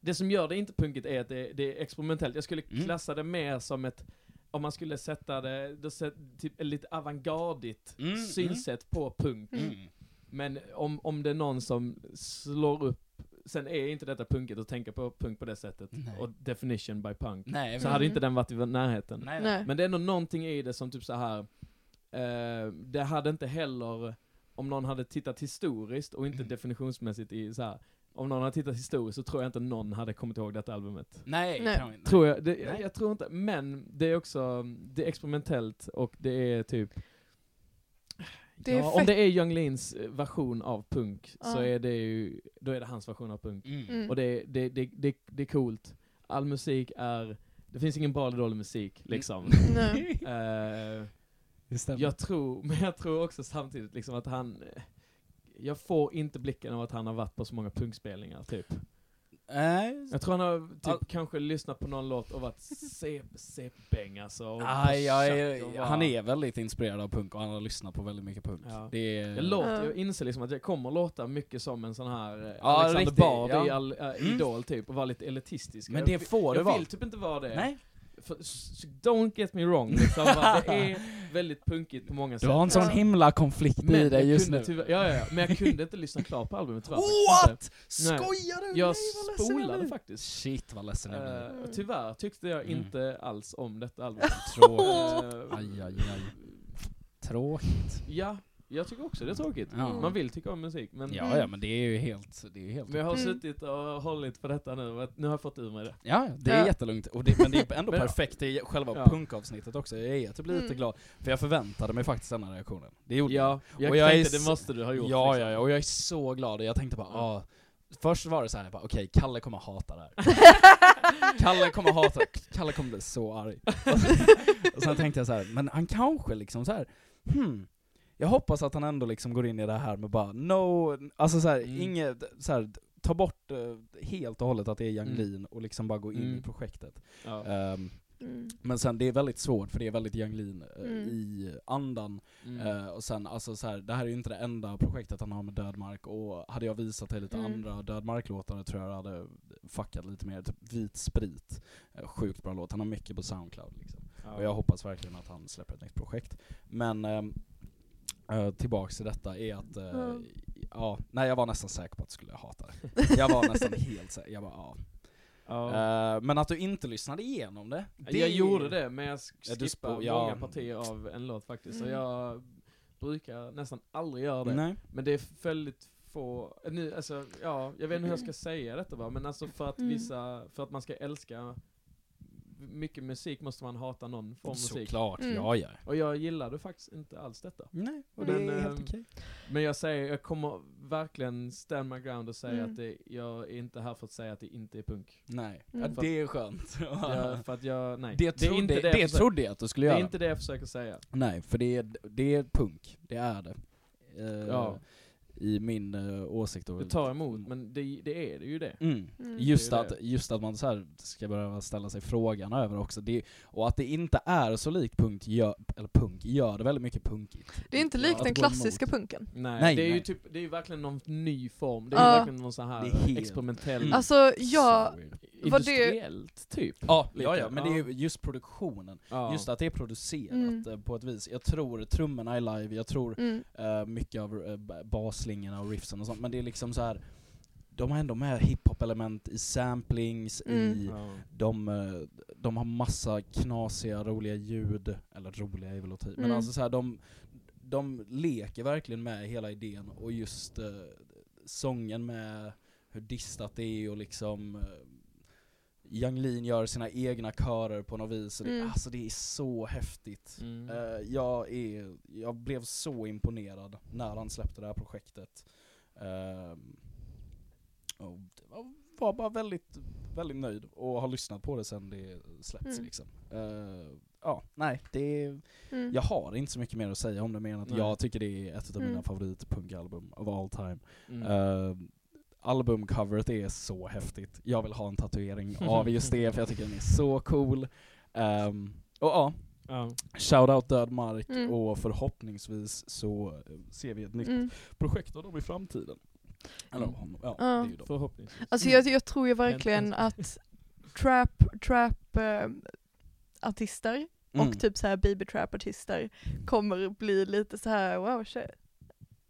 det som gör det inte punkigt är att det, det är experimentellt. Jag skulle Mm. klassa det mer som ett, om man skulle sätta det, då sett, typ ett lite avantgardigt Mm, synsätt på punk. Mm. Men om, om det är någon som slår upp, sen är inte detta punket att tänka på punk på det sättet, Nej. och definition by punk, Nej, så Mm. hade inte den varit i närheten. nej, nej. Nej. Men det är ändå någonting i det som typ så här. Eh, det hade inte heller, om någon hade tittat historiskt och inte Mm. definitionsmässigt i så här. om någon hade tittat historiskt så tror jag inte någon hade kommit ihåg detta albumet. Nej, Nej. kan vi inte. Tror jag, det, jag, Nej. jag tror inte, men det är också, det är experimentellt och det är typ Det är ja, fett. om det är Young Leans eh, version av punk så Ja. är det ju, då är det hans version av punk. Mm. Mm. Och det, det, det, det, det är coolt. All musik är, det finns ingen bra eller dålig musik Mm. liksom. Nej. Eh, Det stämmer. Jag tror, men jag tror också samtidigt liksom att han... eh, Jag får inte blicken av att han har varit på så många punkspelningar, typ. Nej. Jag tror han har typ Ja. kanske lyssnat på någon låt och varit CP-bäng alltså. och Aj, Ah, jag är- försökt att vara- han är väldigt inspirerad av punk och han har lyssnat på väldigt mycket punk. Ja. Det är... Jag, låter, Ja. jag inser liksom att jag kommer låta mycket som en sån här eh, Ja, Alexander riktigt, Bard ja. i all, eh, Mm. Idol, typ, och vara lite elitistisk. Men jag, det vill- får det jag vara. vill typ inte vara det. Nej. För, s- don't get me wrong, liksom, va, det är väldigt punkigt på många Du sätt. har en sån Ja. himla konflikt i jag dig just kunde nu. tyvärr- ja, ja, ja, men jag kunde inte lyssna klart på albumet tyvärr. faktiskt inte. What? Skojar du? Nej, vad Jag ledsen jag spolade blir. faktiskt. Shit vad ledsen jag blir. Eh, och tyvärr tyckte jag Mm. inte alls om detta albumet. Tråkigt. Eh, Aj, aj, aj. Tråkigt. ja, jag tycker också det är tråkigt. Ja. Man vill tycka om musik, men, Ja, ja, men det är ju helt... Det är ju helt men jag har Mm. suttit och hållit på detta nu, och att nu har jag fått ur mig det. Ja, det är Ja. jättelugnt. Och det, men det är ändå Men- perfekt i själva Ja. punkavsnittet också. Jag är typ lite Mm. glad, för jag förväntade mig faktiskt den här reaktionen. Det gjorde Ja, jag Och jag är tänkte s- det måste du ha jag. gjort. Ja, liksom. Mm. ja, ja, och jag är så glad. Jag tänkte bara, ah, först var det så här, jag bara, okej, Kalle kommer hata det här. Kalle kommer hata det. Kalle kommer bli så arg. Och sen, och sen tänkte jag så här, men han kanske liksom så här, hmm, jag hoppas att han ändå liksom går in i det här med bara no, alltså så här, Mm. inget, så här, ta bort eh, helt och hållet att det är Yang Mm. Lean och liksom bara gå in Mm. i projektet. Ja. Ehm, Mm. men sen det är väldigt svårt för det är väldigt Yung Lean eh, Mm. i andan. Mm. Eh, och sen alltså så här, det här är ju inte det enda projektet han har med Dödmark och hade jag visat dig lite Mm. andra Dödmark-låtar tror jag det hade fuckat lite mer. Typ Vit Sprit, eh, sjukt bra låt. Han har mycket på Soundcloud liksom. ja. Och jag hoppas verkligen att han släpper ett nytt projekt. Men ehm, eh, tillbaks till detta är att, eh, Mm. ja, nej jag var nästan säker på att du skulle hata det. Jag var nästan helt säker, jag bara ja. Ja. Eh, men att du inte lyssnade igenom det. det jag gjorde det, men jag Ja, du skippade spo- ja. många partier av en låt faktiskt. Så Mm. jag brukar nästan aldrig göra det. Nej. Men det är väldigt få, nu, alltså, ja, jag vet inte hur jag ska säga detta va, men alltså för att Mm. vissa, för att man ska älska mycket musik måste man hata någon form av musik. Såklart, Mm. ja ja. Och jag gillade faktiskt inte alls detta. Nej, och det är helt okej. Men jag säger, jag kommer verkligen stand my ground och säga Mm. att det, jag är inte här för att säga att det inte är punk. Nej, Mm. ja, det är skönt. Jag, för att jag, nej. det, trodde, inte det, jag försöker- trodde jag att du skulle det göra. är inte det jag försöker säga. Nej, för det är, det är punk, det är det. Eh, Ja. I min eh, åsikt då. Det tar emot, men det, det är det ju det. Mm. Mm. Just, Det är att, det. just att man så här ska behöva ställa sig frågan över också, det, och att det inte är så likt punk gör, eller punk gör det väldigt mycket punkigt. Det är inte likt Att den gå emot. klassiska punken. Nej, Nej, det är ju nej. typ, det är ju verkligen någon ny form. Det är ju Ja. verkligen någon sån Det är här helt- experimentell, Mm. Alltså jag, Så weird. Vad det- industriellt typ. Ja, lite. ja, ja, men det är Ja. ju just produktionen. Ja. Just att det är producerat Mm. eh, på ett vis. Jag tror trummorna är live, jag tror mm, eh, mycket av eh, ba- basslingorna och riffsen och sånt, men det är liksom så här. De har ändå med hiphop-element i samplings, i Mm. Ja. de, eh, de har massa knasiga, roliga ljud, eller roliga är väl att ta i, men Mm. alltså så här, de, de leker verkligen med hela idén och just eh, sången med hur distat det är och liksom eh, Yung Lean gör sina egna körer på något vis, och det, Mm. alltså det är så häftigt. Mm. Eh, jag, är, jag blev så imponerad när han släppte det här projektet. Eh, och det var- var bara väldigt, väldigt nöjd och har lyssnat på det sen det släppts Mm. liksom. Eh, ja, nej, det är, mm. jag har inte så mycket mer att säga om det mer än att Nej. jag tycker det är ett av mina Mm. favoritpunkalbum of all time. Mm. Eh, albumcoveret är så häftigt. Jag vill ha en tatuering av just det, för jag tycker den är så cool. Ehm, och ja, Ja. shoutout Död Mark Mm. och förhoppningsvis så eh, ser vi ett nytt Mm. projekt av dem i framtiden. Eller av honom. Ja, Ja. det är ju dem. Förhoppningsvis. Alltså jag, jag tror ju verkligen att trap, trap eh, artister Mm. och typ så här baby trap artister kommer bli lite så här wow shit.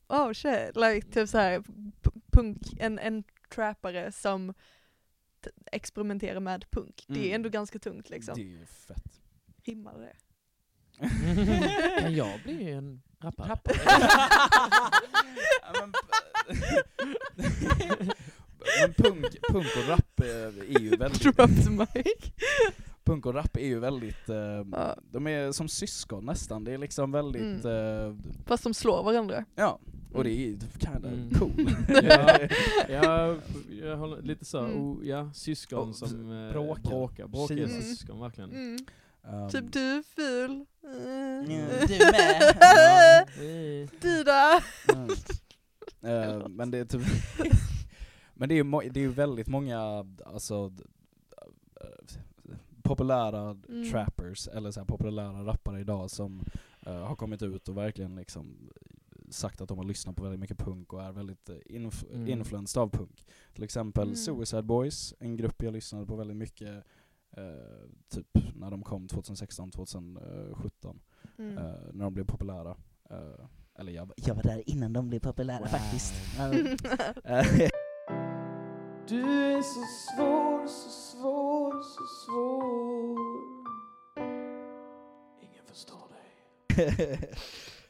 Wow shit, like typ så här p- punk, en, en trappare som t- experimenterar med punk. Det Mm. Typ. är ändå ganska tungt liksom. Det är fett. Rimmar det? Kan jag bli en rappare? Rappare. Ja, men, men punk, punk och rap eh, är ju väldigt... Dropped mic. Punk och rap är ju väldigt, eh, Ja. Mm. de är som syskon nästan, det är liksom väldigt, eh, Fast de slår varandra. ja, och det är ju kinda Mm. cool. ja, jag, jag håller lite så, Mm. oh, ja, syskon Och som eh, bråkar. bråkar. Bråkiga Tjejer. syskon, verkligen. Mm. Um, Typ du Eh, är ful. Mm. Du med. Ja. Eh, Du där. Mm. Eh, men det är typ Men det är ju mo- det är ju väldigt många, alltså d- eh, populära Mm. trappers, eller så här populära rappare idag som eh, har kommit ut och verkligen liksom sagt att de har lyssnat på väldigt mycket punk och är väldigt eh, inf- Mm. influenced av punk. Till exempel Mm. Suicide Boys, en grupp jag lyssnade på väldigt mycket eh, typ när de kom 2016, 2017 Mm. eh, när de blev populära. Eh, eller jag, Jag var där innan de blev populära Wow. faktiskt. Ja. Eh, Du är så svår, så svår, så svår. Ingen förstår dig.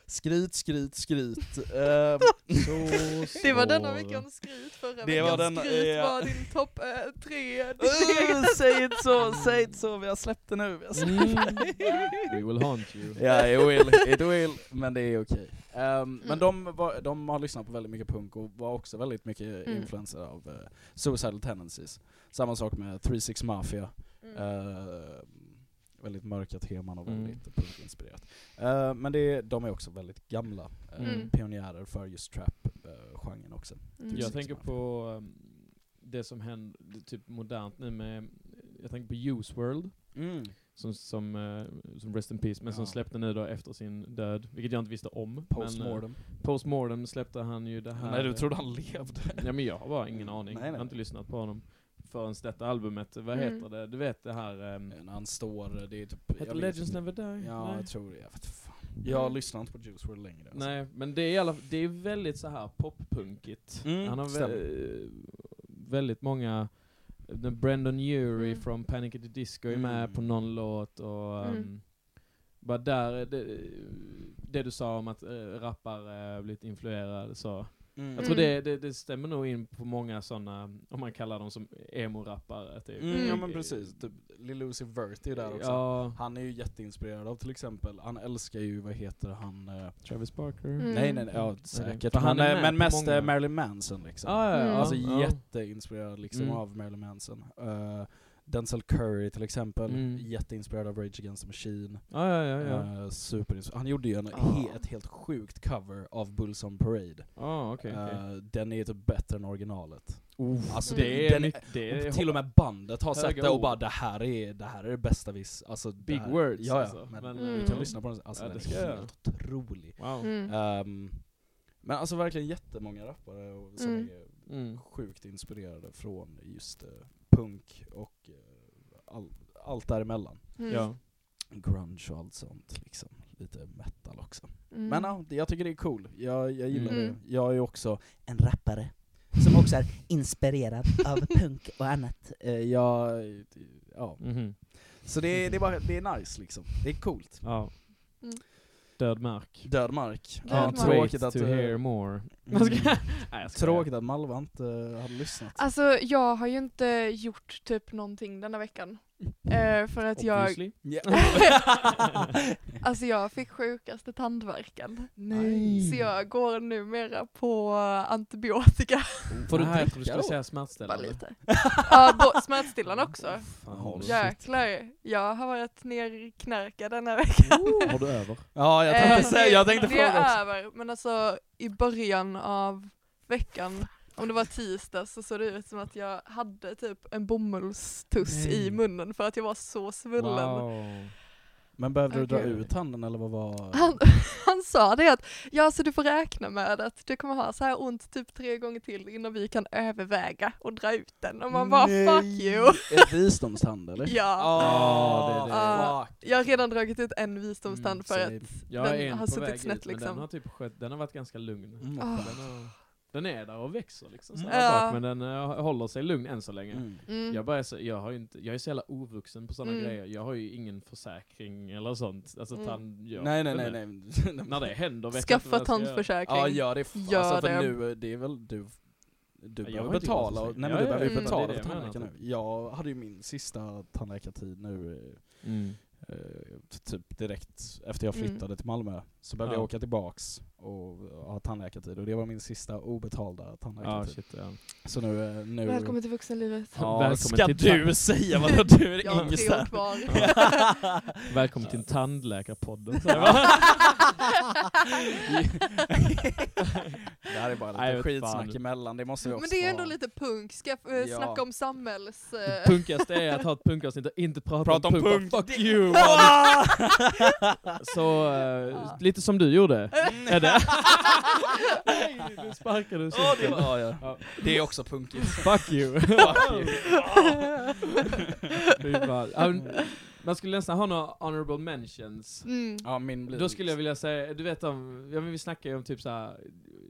skryt, skryt, skryt. Eh, så Det var denna svår. veckans skryt, förra Det var veckans denna- skryt ja. var din topp eh, tre. uh, säg inte så, säg inte så, vi har släppt det nu. Vi har släppt Mm. We will haunt you. Mm. Ja, it will, it will, men det är okej. Ehm, Men de, var, de har lyssnat på väldigt mycket punk och var också väldigt mycket Mm. influenser av eh, Suicidal Tendencies. Samma sak med 36 Mafia. Mm. Eh, väldigt mörka teman och Mm. väldigt punkinspirerat. Eh, men det, de är också väldigt gamla eh, Mm. pionjärer för just trap-genren också. Mm. Jag Precis. tänker på um, det som händer det typ modernt nu med, jag tänker på Use World Mm. som, som, eh, som Rest in Peace, men som Ja. släppte nu då efter sin död, vilket jag inte visste om. Men, Postmortem. eh, postmortem släppte han ju det här... eh, Nej du trodde han levde? Ja men jag har bara ingen aning, Nej, nej. jag har inte lyssnat på honom förrän detta albumet, vad Mm. heter det? Du vet det här... Um, När han står, det är typ... jag heter Eh, minns Legends inte. Never Die? Ja, nej. jag tror det. Jag vet fan. Jag lyssnar inte på Juice WRLD längre. alltså. nej, men det är, i alla, det är väldigt så här poppunkigt. Mm, han har vä- stämmer. eh, väldigt många, eh, den Brendan Urie Mm. från Panic at the Disco är Mm. med på någon låt och ehm, Mm. bara där, är det, det du sa om att äh, rappare blivit influerade så. Mm. Jag tror det, det, det stämmer nog in på många sådana, om man kallar dem som emo-rappare. Typ. Mm. Ja Mm. men precis, typ, Lil Uzi Vert är ju där också. Ja, Han är ju jätteinspirerad av till exempel, han älskar ju, vad heter han? eh, Travis Barker. Mm. Nej nej nej, Mm. ja, Okej. säkert. För han Han, är eh, med men på mest många. eh, Marilyn Manson liksom. Ah, ja, ja, Mm. Alltså ja. jätteinspirerad liksom Mm. av Marilyn Manson. Eh, Denzel Curry till exempel, Mm. jätteinspirerad av Rage Against the Machine. Ja, ja, ja. ja. Eh, superins- han gjorde ju en, Ah. he, ett helt sjukt cover av Bulls on Parade. Ah, okej, okej. Eh, den är typ bättre än originalet. alltså Mm. det, det är, är den, mycket- det är- och till och med bandet har höga sett det och ord. bara det här är det, här är det bästa vi... s- Alltså, det Big här, words, Ja, ja, alltså. men Men, Mm. vi kan lyssna på den. Alltså Ja, den det ska är jag helt otrolig. Wow. Mm. Ehm, men alltså verkligen jättemånga rappare och, som Mm. är Mm. sjukt inspirerade från just eh, punk och eh, all, allt däremellan. Mm. Ja. Grunge och allt sånt liksom. Lite metal också. Mm. Men ja, det- jag tycker det är cool. Jag, jag gillar Mm. det. Jag är ju också, En rappare som också är inspirerad av punk och annat. eh, jag, ja. Mhm. Så det, är- det, är bara, det är nice liksom. Det är coolt. Ja. Mm. Död mark. Död mark. Död Ja, mark. tråkigt att, to eh, hear more. Nej, jag skojar. tråkigt att Malva inte eh, hade lyssnat. Alltså jag har ju inte gjort typ någonting denna veckan. Eh, för att jag, Obviously. alltså jag fick sjukaste tandvärken. Så jag går numera på antibiotika. Får du Nej, inte, då? du skulle säga Bara smärtställande. lite. Ja, bo- smärtstillande också. Fan, har du- Jäklar, jag har varit nerknarkad den här veckan. Har du över? Ja, jag tänkte, Eh, säga, jag tänkte det, det fråga är också. över, men alltså i början av veckan om det var tisdag så såg det ut som att jag hade typ en bomullstuss Nej. i munnen för att jag var så svullen. Wow. Men behövde du dra Okej. ut handen eller vad var... Han, han sa det att, ja så du får räkna med att du kommer ha så här ont typ tre gånger till innan vi kan överväga och dra ut den. Och man bara Nej. fuck you. Ett visdomstand eller? Ja. Ah, det är det. Ah, jag har redan dragit ut en visdomstand Mm, för save. att Jag Den är en har på suttit väg snett, ut, men liksom. den har typ skött, den har varit ganska lugn. Mm, Ah. Den, har, den är där och växer liksom, så Mm. här Ja. bak, men den eh, håller sig lugn än så länge. Mm. mm, Jag, börjar, så- jag, har ju inte, jag är så jävla ovuxen på sådana Mm. grejer, jag har ju ingen försäkring eller sånt. Alltså Mm. tandgör- Nej nej den nej är- nej. När det händer vet jag inte vad skaffa jag ska göra. tandförsäkring. Ah, Ja gör det. F- Gör alltså, för det. nu, det är väl du... Du Ja, jag behöver har inte betala, gjort och, det. nej men Ja, du ja, behöver ja, ju betala det är för det jag menar. tandläkaren nu. Jag hade ju min sista tandläkartid nu eh, Mm. eh, t- typ direkt efter jag Mm. flyttade till Malmö. Så behövde Ja. jag åka tillbaks och ha tandläkartid och det var min sista obetalda Ja, tandläkartid. shit, ja. så nu... eh, nu Välkommen till vuxenlivet. Ja, Välkommen ska till tan- du säga vad du är Jag har tre år yngsta? kvar. Välkommen till tandläkarpodden. Så Det här är bara lite Nej, jag vet skitsnack fan. emellan, det måste vi också Men det är ändå ha. lite punk, ska eh, Ja. snacka om samhälls... eh, Punkaste är att ha ett punkavsnitt och inte prata, Prata om punk! Fuck you! Så, eh, lite som du gjorde. Mm, Är det? Nej, du sparkade så. det, var, ja. Ja. det är också punkigt. Fuck you! Det är bara- Ja, men Um, Man skulle nästan ha några honorable mentions. Mm. Ja, min blir Då skulle jag vilja säga, du vet om, ja, men vi snackar ju om typ så här.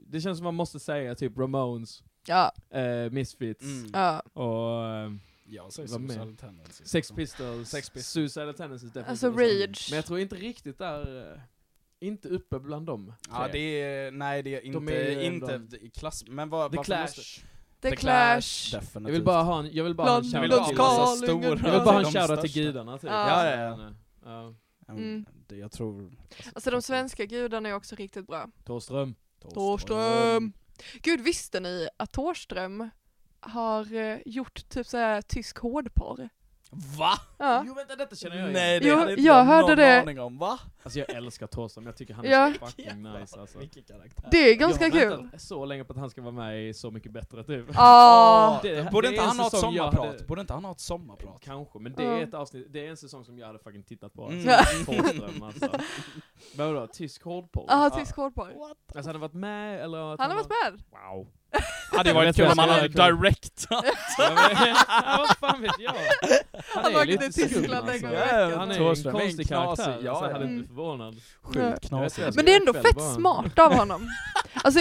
det känns som man måste säga typ Ramones, Ja, eh, Misfits Mm. ja. och eh, Jag säger Vad med? Suicidal Tendencies. Sex Pistols, Sex Pistols. Suicidal Tendencies definitivt. Alltså rage. Mm. Men jag tror inte riktigt där, eh, inte uppe bland dem. Ja, det tre. är, nej det är inte, De är ju inte ändå- i klass, men vad, The varför Clash. måste- The, The Clash. Definitivt. Jag vill bara ha en, jag vill bara ha en London, vill shoutout ha till, London, jag alltså stora- Kalingen. Jag vill bara ha en De shoutout till största. gudarna typ. Ja, ja, ja. ja. Ja, Mm. det- Jag tror... Alltså de svenska gudarna är också riktigt bra. Thåström. Thåström! Gud, visste ni att Thåström har eh, gjort typ såhär tysk hårdporr? Va? Ja. Jo vänta, detta känner jag Nej igen. det Jo, hade inte jag jag hörde någon det. aning om, va? Alltså jag älskar Thåström, jag tycker han är Ja. så fucking nice alltså. Vilken karaktär. Det är ganska jag har kul. väntat så länge på att han ska vara med i Så Mycket Bättre typ. Ja. Det- det Borde är inte en han ha ett säsong jag sommarprat? hade- Borde inte han ha ett sommarprat? Kanske, men det Ja. är ett avsnitt, det är en säsong som jag hade fucking tittat på. Mm. Alltså. Thåström alltså. Men vadå, tysk hårdporr? Ja, tysk hårdporr. What? Alltså han har varit med eller? att Han har varit med. med? Wow. Ja, det Jag var vet kul vad om han jag hade ska göra. directat. Ja, vad fan vet jag? Han är åkte lite till Tyskland skum, en gång i alltså. veckan. Han är Thåström en är en konstig knasig, karaktär, alltså. ja, så jag ja. hade inte blivit Mm. förvånad. Nej. Sjukt knasigt. Men det är ändå Själv fett Alltså, bara. smart av honom. Alltså,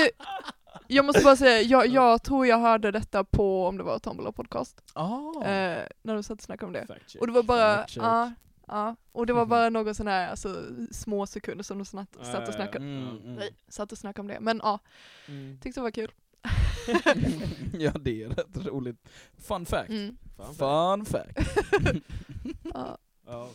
jag måste bara säga, jag, jag tror jag hörde detta på, om det var Tombola podcast, Ah. eh, när de satt och snackade om det. Fact check. Och det var bara, Fact check. ja, ja. Och det var Mm-hmm. bara någon sån här, alltså små sekunder som de snatt, satt och snackade Mm, mm. Nej, satt och snackade om det. Men ja, Mm. tyckte det var kul. Ja det är rätt roligt. Fun fact. Mm. Fan, fan. Fun fact. Ja. Ja.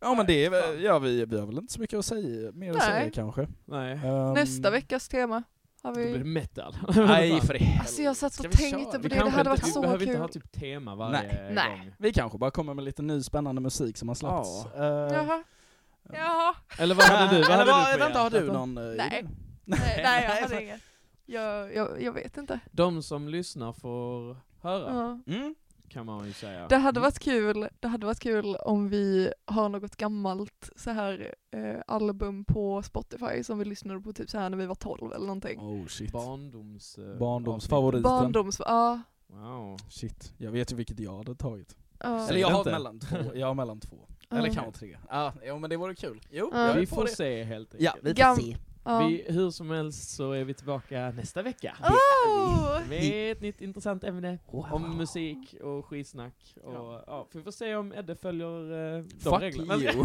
Ja men det är, väl- Fan. ja, vi, vi har väl inte så mycket att säga, mer att Nej. säga kanske. Nej. Ehm, Nästa veckas tema har Um, Då blir det vi... metal. Nej för helvete. Alltså jag satt Ska och vi tänkte på köra? det, Vi det kanske hade varit inte, vi så behöver inte ha kul. typ tema varje Nej. Nej. gång. Vi kanske bara kommer med lite ny spännande musik som har släppts. Ja. Eh, Jaha. Jaha. Eller vad hade du? Vad Eller hade vad- du på vänta, har du hjärtat? någon eh, Nej. idé? Nej, nej jag för- hade inget. Jag, jag, jag vet inte. De som lyssnar får höra, Ja. Mm. kan man ju säga. Det hade varit kul, det hade varit kul om vi har något gammalt så här eh, album på Spotify som vi lyssnade på typ så här när vi var 12 eller någonting. Oh shit. Barndoms... eh, Barndomsfavoriten. Barndoms... Ja. avsnitt. Wow. Shit. Jag vet ju vilket jag hade tagit. ja. Eller jag det har inte. mellan två. Jag har mellan två. Eller Ja. kanske tre. Ja, jo men det vore kul. Jo, Ja. jag är Vi på får det. se helt enkelt. Ja, vi får Gam- se. Ja. Vi, hur som helst så är vi tillbaka nästa vecka. Oh! Med ett nytt intressant ämne om musik och skitsnack. Och, ja. får vi får se om Edde följer eh, de Fuck reglerna. you.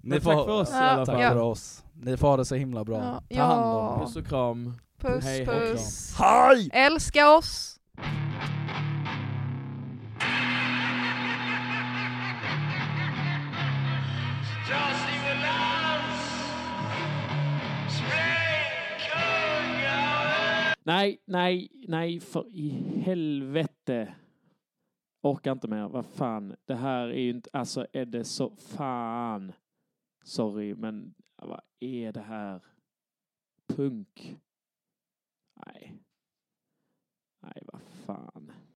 Men tack för oss i alla Tack fall. Ja. för oss. Ni får ha det så himla bra. Ja. Ta hand om Ja. Puss och kram. Puss Hej, hej. puss. Hej! Älska oss! Nej, nej, nej, för i helvete. Orkar inte mer, vad fan. Det här är ju inte, alltså är det så, fan. Sorry, men vad är det här? Punk. Nej. Nej, vad fan.